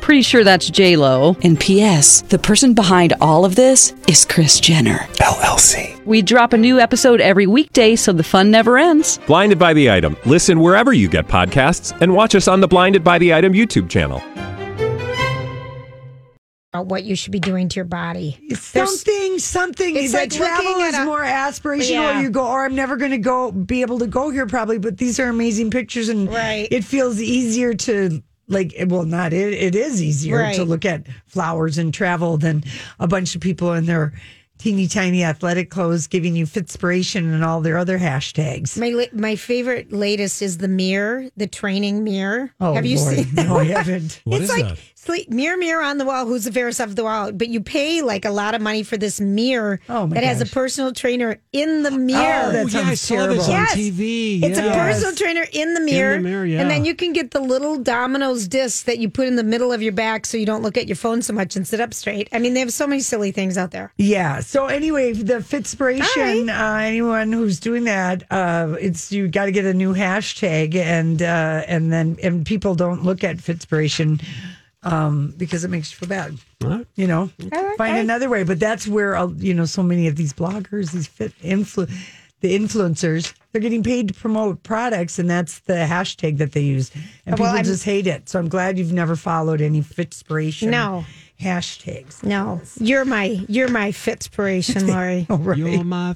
[SPEAKER 10] Pretty sure that's J Lo. And P.S. The person behind all of this is Chris Jenner
[SPEAKER 11] LLC.
[SPEAKER 10] We drop a new episode every weekday, so the fun never ends.
[SPEAKER 11] Blinded by the item. Listen wherever you get podcasts, and watch us on the Blinded by the Item YouTube channel.
[SPEAKER 4] what you should be doing to your body. There's-
[SPEAKER 2] something something
[SPEAKER 4] It's
[SPEAKER 2] that
[SPEAKER 4] like
[SPEAKER 2] travel
[SPEAKER 4] looking
[SPEAKER 2] is
[SPEAKER 4] at a-
[SPEAKER 2] more aspirational
[SPEAKER 4] Yeah.
[SPEAKER 2] or you go or i'm never going to go be able to go here probably but these are amazing pictures and
[SPEAKER 4] Right.
[SPEAKER 2] it feels easier to like well not it, it is easier to
[SPEAKER 4] Right.
[SPEAKER 2] look at flowers and travel than a bunch of people in their teeny tiny athletic clothes giving you fitspiration and all their other hashtags
[SPEAKER 4] My la- my favorite latest is the mirror, the training mirror.
[SPEAKER 2] oh
[SPEAKER 4] Have you
[SPEAKER 2] Lord.
[SPEAKER 4] seen?
[SPEAKER 2] no i haven't
[SPEAKER 1] What
[SPEAKER 4] it's
[SPEAKER 1] is
[SPEAKER 4] like
[SPEAKER 1] that?
[SPEAKER 4] Sleep, mirror, mirror on the wall. Who's the fairest of the wall? But you pay like a lot of money for this mirror
[SPEAKER 2] Oh, my
[SPEAKER 4] that has a
[SPEAKER 2] gosh.
[SPEAKER 4] personal trainer in the mirror.
[SPEAKER 2] Oh, that
[SPEAKER 1] yeah, I
[SPEAKER 2] sounds
[SPEAKER 1] saw this on
[SPEAKER 2] terrible.
[SPEAKER 4] Yes.
[SPEAKER 1] TV.
[SPEAKER 4] It's
[SPEAKER 1] yeah.
[SPEAKER 4] a personal trainer in the mirror.
[SPEAKER 1] mirror, yeah.
[SPEAKER 4] And then you can get the little dominoes disc that you put in the middle of your back so you don't look at your phone so much and sit up straight. I mean, they have so many silly things out there.
[SPEAKER 2] Yeah. So anyway, the Fitspiration, uh, anyone who's doing that, uh, it's you got to get a new hashtag, and uh, and then and people don't look at Fitspiration um, because it makes you feel bad.
[SPEAKER 1] Right.
[SPEAKER 2] You know, find another way. But that's where uh, you know so many of these bloggers, these fit influ, the influencers. They're getting paid to promote products, and that's the hashtag that they use. And
[SPEAKER 4] Well,
[SPEAKER 2] people
[SPEAKER 4] I'm-
[SPEAKER 2] just hate it. So I'm glad you've never followed any Fitspiration
[SPEAKER 4] No.
[SPEAKER 2] hashtags.
[SPEAKER 4] No, you're my you're my Fitspiration, Lori.
[SPEAKER 1] You're my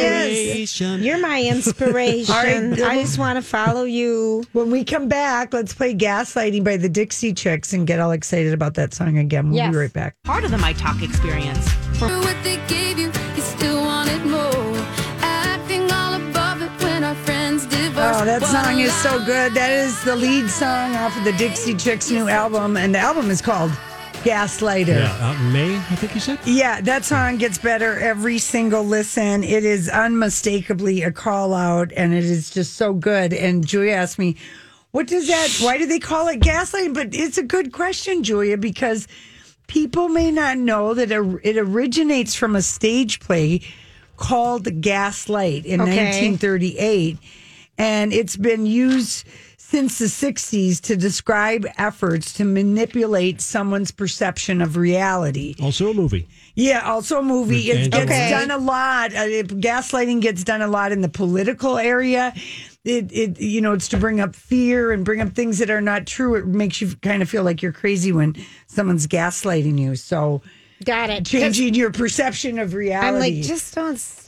[SPEAKER 4] Yes. You're my inspiration.
[SPEAKER 2] All right.
[SPEAKER 4] I just want to follow you.
[SPEAKER 2] When we come back, let's play Gaslighting by the Dixie Chicks and get all excited about that song again. We'll
[SPEAKER 7] Yes.
[SPEAKER 2] be right back.
[SPEAKER 7] Part of the My Talk experience.
[SPEAKER 12] For what they gave you, you still wanted more. Acting all above it when our friends divorced.
[SPEAKER 2] Oh, that
[SPEAKER 12] What
[SPEAKER 2] song
[SPEAKER 12] a
[SPEAKER 2] is
[SPEAKER 12] lie.
[SPEAKER 2] so good. That is the lead song off of the Dixie Chicks' new album, and the album is called Gaslighter.
[SPEAKER 1] Yeah, out in May, I think you said.
[SPEAKER 2] Yeah, that song gets better every single listen. It is unmistakably a call out, and it is just so good. And Julia asked me, "What does that? Why do they call it gaslighting?" But it's a good question, Julia, because people may not know that it it originates from a stage play called Gaslight in
[SPEAKER 4] Okay.
[SPEAKER 2] 1938, and it's been used. Since the 60s, to describe efforts to manipulate someone's perception of reality.
[SPEAKER 1] Also a movie.
[SPEAKER 2] Yeah, also a movie.
[SPEAKER 1] With
[SPEAKER 2] It gets
[SPEAKER 1] Angela Lansbury.
[SPEAKER 2] done a lot. Uh, it- gaslighting gets done a lot in the political area. It, it, you know, it's to bring up fear and bring up things that are not true. It makes you kind of feel like you're crazy when someone's gaslighting you. So,
[SPEAKER 4] got it.
[SPEAKER 2] Changing your perception of reality.
[SPEAKER 4] I'm like, just don't. s-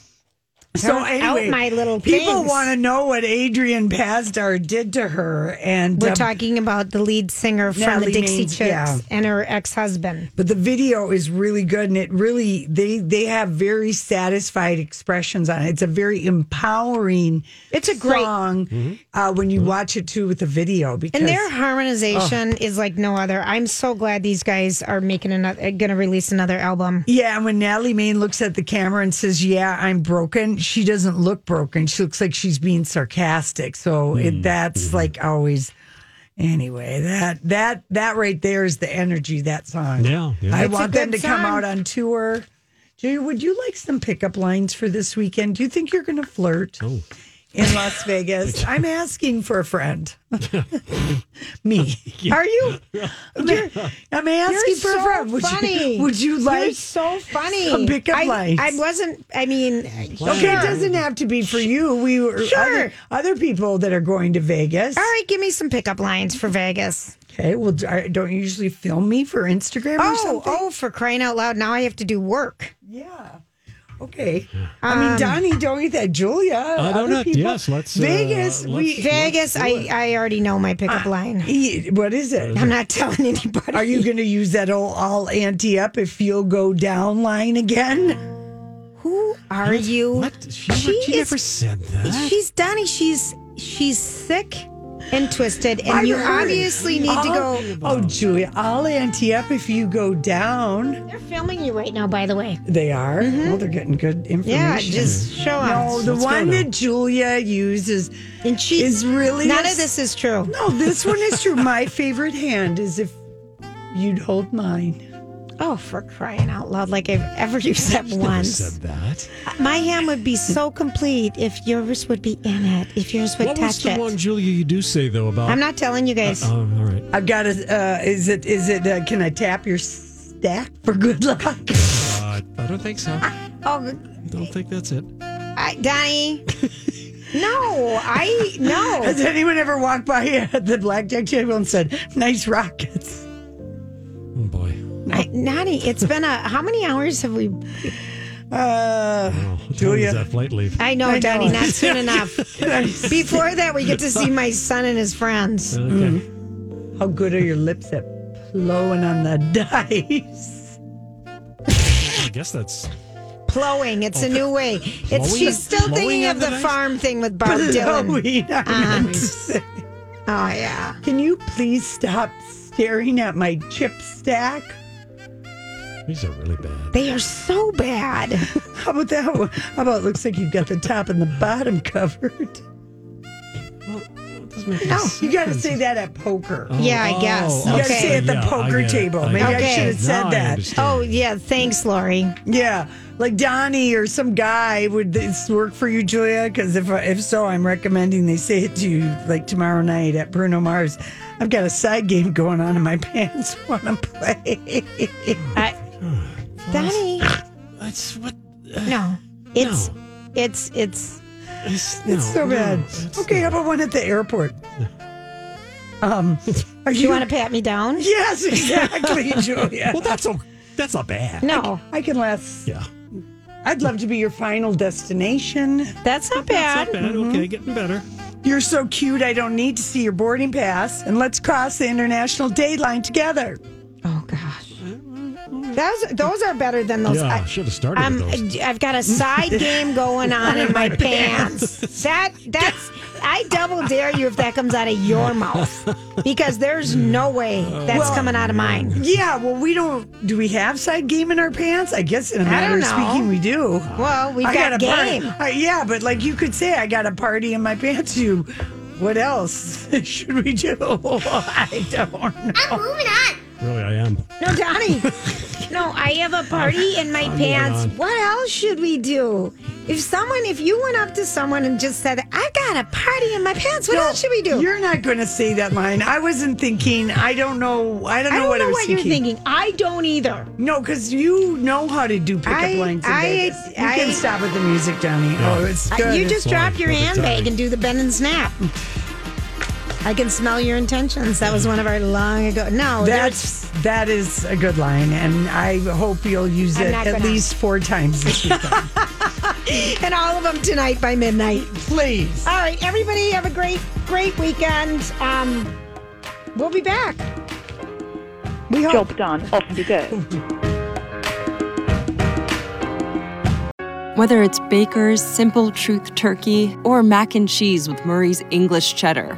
[SPEAKER 2] so
[SPEAKER 4] don't out
[SPEAKER 2] anyway,
[SPEAKER 4] my little
[SPEAKER 2] people
[SPEAKER 4] things.
[SPEAKER 2] want to know what Adrian Pazdar did to her, and
[SPEAKER 4] We're
[SPEAKER 2] uh,
[SPEAKER 4] talking about the lead singer from
[SPEAKER 2] Natalie
[SPEAKER 4] the Dixie
[SPEAKER 2] Maines,
[SPEAKER 4] Chicks
[SPEAKER 2] yeah.
[SPEAKER 4] and her ex-husband.
[SPEAKER 2] But the video is really good, and it really they they have very satisfied expressions on it. It's a very empowering. It's a
[SPEAKER 4] great-
[SPEAKER 2] song uh, when you watch it too with the video because
[SPEAKER 4] And their harmonization is like no other. I'm so glad these guys are making another, going to release another album.
[SPEAKER 2] Yeah, and when Natalie Main looks at the camera and says, "Yeah, I'm broken," she doesn't look broken. She looks like she's being sarcastic. So it, that's like always. Anyway, that that that right there is the energy that song.
[SPEAKER 1] Yeah, yeah.
[SPEAKER 2] I
[SPEAKER 1] It's a
[SPEAKER 2] want them to
[SPEAKER 1] good
[SPEAKER 2] come
[SPEAKER 1] song.
[SPEAKER 2] out on tour. Julia, would you like some pickup lines for this weekend? Do you think you're going to flirt in Las Vegas? I'm asking for a friend. Me, are you? I'm asking for a friend. Would you-
[SPEAKER 4] funny.
[SPEAKER 2] would you like
[SPEAKER 4] You're so funny.
[SPEAKER 2] some pickup
[SPEAKER 4] I,
[SPEAKER 2] lines?
[SPEAKER 4] I wasn't. I mean,
[SPEAKER 2] Okay,
[SPEAKER 4] sure.
[SPEAKER 2] it doesn't have to be for you. We were
[SPEAKER 4] Sure.
[SPEAKER 2] other, other people that are going to Vegas.
[SPEAKER 4] All right, give me some pickup lines for Vegas.
[SPEAKER 2] Okay, well, d- I- don't you usually film me for Instagram or
[SPEAKER 4] Oh,
[SPEAKER 2] something?
[SPEAKER 4] oh, for crying out loud! Now I have to do work.
[SPEAKER 2] Yeah. Okay. I
[SPEAKER 4] Um,
[SPEAKER 2] mean, Donnie, don't eat that. Julia.
[SPEAKER 1] I don't
[SPEAKER 2] other
[SPEAKER 1] know.
[SPEAKER 2] people.
[SPEAKER 1] Yes, let's, uh,
[SPEAKER 2] Vegas, we.
[SPEAKER 1] let's-
[SPEAKER 4] Vegas, I, I already know my pickup line.
[SPEAKER 2] E- What is it?
[SPEAKER 4] I'm not telling anybody.
[SPEAKER 2] Are you going to use that old all ante up if you'll go down line again?
[SPEAKER 4] Who are you?
[SPEAKER 1] What? She,
[SPEAKER 4] She
[SPEAKER 1] she
[SPEAKER 4] is-
[SPEAKER 1] never said that.
[SPEAKER 4] She's Donnie. She's she's sick and twisted, and
[SPEAKER 2] I've
[SPEAKER 4] you
[SPEAKER 2] heard.
[SPEAKER 4] obviously need to
[SPEAKER 2] All-
[SPEAKER 4] go.
[SPEAKER 2] Oh, Julia, I'll ante up if you go down.
[SPEAKER 4] They're filming you right now, by the way.
[SPEAKER 2] They are. Well, they're getting good information.
[SPEAKER 4] Mm-hmm. Yeah, just show us.
[SPEAKER 2] No, the one that Julia uses
[SPEAKER 4] and she
[SPEAKER 2] is really
[SPEAKER 4] None
[SPEAKER 2] a-
[SPEAKER 4] of this is true.
[SPEAKER 2] No, this one is true. My favorite hand is if you'd hold mine.
[SPEAKER 4] Oh, for crying out loud! Like I've ever used that
[SPEAKER 1] Never
[SPEAKER 4] once.
[SPEAKER 1] said that.
[SPEAKER 4] My hand would be so complete if yours would be in it. If yours would
[SPEAKER 1] What was
[SPEAKER 4] touch
[SPEAKER 1] the
[SPEAKER 4] it.
[SPEAKER 1] one, Julia? You do say though about.
[SPEAKER 4] I'm not telling you guys.
[SPEAKER 1] Oh, all right.
[SPEAKER 2] I've got a. Uh, is it? Is it? Uh, can I tap your stack for good luck?
[SPEAKER 1] Uh, I don't think so. I
[SPEAKER 4] oh,
[SPEAKER 1] don't think that's it. Oh,
[SPEAKER 4] I, Donnie. no, I no.
[SPEAKER 2] Has anyone ever walked by at the blackjack table and said, "Nice rockets"?
[SPEAKER 1] Oh boy.
[SPEAKER 4] I, Donnie, it's been a how many hours have we?
[SPEAKER 2] Uh,
[SPEAKER 1] Oh, what time
[SPEAKER 2] Julia.
[SPEAKER 1] does that flight leave?
[SPEAKER 4] I know,
[SPEAKER 2] I know.
[SPEAKER 4] Donnie, not soon enough. Before that, we get to see my son and his friends.
[SPEAKER 1] Okay.
[SPEAKER 2] How good are your lips at blowing on the dice?
[SPEAKER 1] I guess that's.
[SPEAKER 4] Plowing. It's a new way. It's
[SPEAKER 1] Plowing?
[SPEAKER 4] she's still
[SPEAKER 1] Plowing
[SPEAKER 4] thinking
[SPEAKER 1] of
[SPEAKER 4] of
[SPEAKER 1] the Oh,
[SPEAKER 4] the
[SPEAKER 1] dice?
[SPEAKER 4] farm thing with Bob Dylan.
[SPEAKER 2] Blowing on
[SPEAKER 4] Uh-huh.
[SPEAKER 2] the dice.
[SPEAKER 4] Oh yeah.
[SPEAKER 2] Can you please stop staring at my chip stack?
[SPEAKER 1] These are really bad.
[SPEAKER 4] They are so bad.
[SPEAKER 2] How about that? one? How about it looks like you've got the top and the bottom covered?
[SPEAKER 1] Well, it doesn't make any
[SPEAKER 4] No,
[SPEAKER 2] You got to
[SPEAKER 1] sense.
[SPEAKER 2] say that at poker.
[SPEAKER 1] Oh,
[SPEAKER 4] Yeah, I guess.
[SPEAKER 1] oh,
[SPEAKER 2] You
[SPEAKER 4] You
[SPEAKER 2] got to
[SPEAKER 4] Okay.
[SPEAKER 2] say at the
[SPEAKER 1] yeah, I
[SPEAKER 2] poker
[SPEAKER 1] get it.
[SPEAKER 2] table.
[SPEAKER 1] I
[SPEAKER 2] Maybe
[SPEAKER 1] get
[SPEAKER 2] I
[SPEAKER 4] Okay.
[SPEAKER 1] it.
[SPEAKER 2] should have said
[SPEAKER 1] Now I
[SPEAKER 2] that.
[SPEAKER 1] understand.
[SPEAKER 4] Oh yeah. Thanks, Lori.
[SPEAKER 2] Yeah, like Donnie or some guy. Would this work for you, Julia? Because if if so, I'm recommending they say it to you like tomorrow night at Bruno Mars. I've got a side game going on, and my pants want to play.
[SPEAKER 4] I, Donnie.
[SPEAKER 1] That's what.
[SPEAKER 4] No. It's
[SPEAKER 1] No.
[SPEAKER 4] It's it's
[SPEAKER 1] it's,
[SPEAKER 2] so bad. okay, how about one at the airport? Um, are
[SPEAKER 4] Do you want to pat me down?
[SPEAKER 2] Yes, exactly, Julia.
[SPEAKER 1] Well, that's okay. That's not bad.
[SPEAKER 4] No,
[SPEAKER 2] I, can last.
[SPEAKER 1] Yeah.
[SPEAKER 2] I'd love to be your final destination.
[SPEAKER 4] That's not
[SPEAKER 1] That's not bad.
[SPEAKER 4] Mm-hmm.
[SPEAKER 1] Okay, getting better.
[SPEAKER 2] You're so cute. I don't need to see your boarding pass. And let's cross the international date line together.
[SPEAKER 4] those those are better than those. um,
[SPEAKER 1] Yeah, should have started with those.
[SPEAKER 4] I've got a side game going on in my pants. That that's I double dare you if that comes out of your mouth because there's no way that's
[SPEAKER 2] Well-
[SPEAKER 4] coming out of mine.
[SPEAKER 2] Yeah, well, we don't. Do we have side game in our pants? I guess in a
[SPEAKER 4] I
[SPEAKER 2] matter
[SPEAKER 4] don't
[SPEAKER 2] of
[SPEAKER 4] know.
[SPEAKER 2] speaking, we do.
[SPEAKER 4] Well, we've
[SPEAKER 2] I
[SPEAKER 4] got
[SPEAKER 2] a party-
[SPEAKER 4] game.
[SPEAKER 2] I- yeah, but like you could say, I got a party in my pants. You, what else should we do? I don't know. I'm
[SPEAKER 4] moving on.
[SPEAKER 1] Really, I am.
[SPEAKER 2] Oh,
[SPEAKER 4] No, Donnie. no, I have a party in my
[SPEAKER 1] I'm moving
[SPEAKER 4] pants.
[SPEAKER 1] on.
[SPEAKER 4] What else should we do? If someone, if you went up to someone and just said, "I got a party in my pants," what
[SPEAKER 2] No,
[SPEAKER 4] else should we do?
[SPEAKER 2] You're not going to say that line. I wasn't thinking. I don't know. I don't know
[SPEAKER 4] I don't
[SPEAKER 2] what I
[SPEAKER 4] know
[SPEAKER 2] was
[SPEAKER 4] what you're thinking. I don't either.
[SPEAKER 2] No, because you know how to do pickup
[SPEAKER 4] I-
[SPEAKER 2] lines. In
[SPEAKER 4] I-
[SPEAKER 2] Vegas. You
[SPEAKER 4] I-
[SPEAKER 2] can stop with the music, Johnny. Oh, it's
[SPEAKER 4] Uh,
[SPEAKER 2] good.
[SPEAKER 4] You just drop your
[SPEAKER 2] hand
[SPEAKER 4] handbag and do the bend and snap. I can smell your intentions. That was one of our long ago. No, there's-
[SPEAKER 2] That's that is a good line, and I hope you'll use
[SPEAKER 4] I'm
[SPEAKER 2] it
[SPEAKER 4] not
[SPEAKER 2] at
[SPEAKER 4] gonna.
[SPEAKER 2] least four times this weekend.
[SPEAKER 4] and all of them tonight by midnight.
[SPEAKER 2] Please.
[SPEAKER 4] All right, everybody, have a great, great weekend. Um, we'll be back. We hope.
[SPEAKER 13] Job done. Off you go.
[SPEAKER 3] Whether it's Baker's Simple Truth Turkey or mac and cheese with Murray's English Cheddar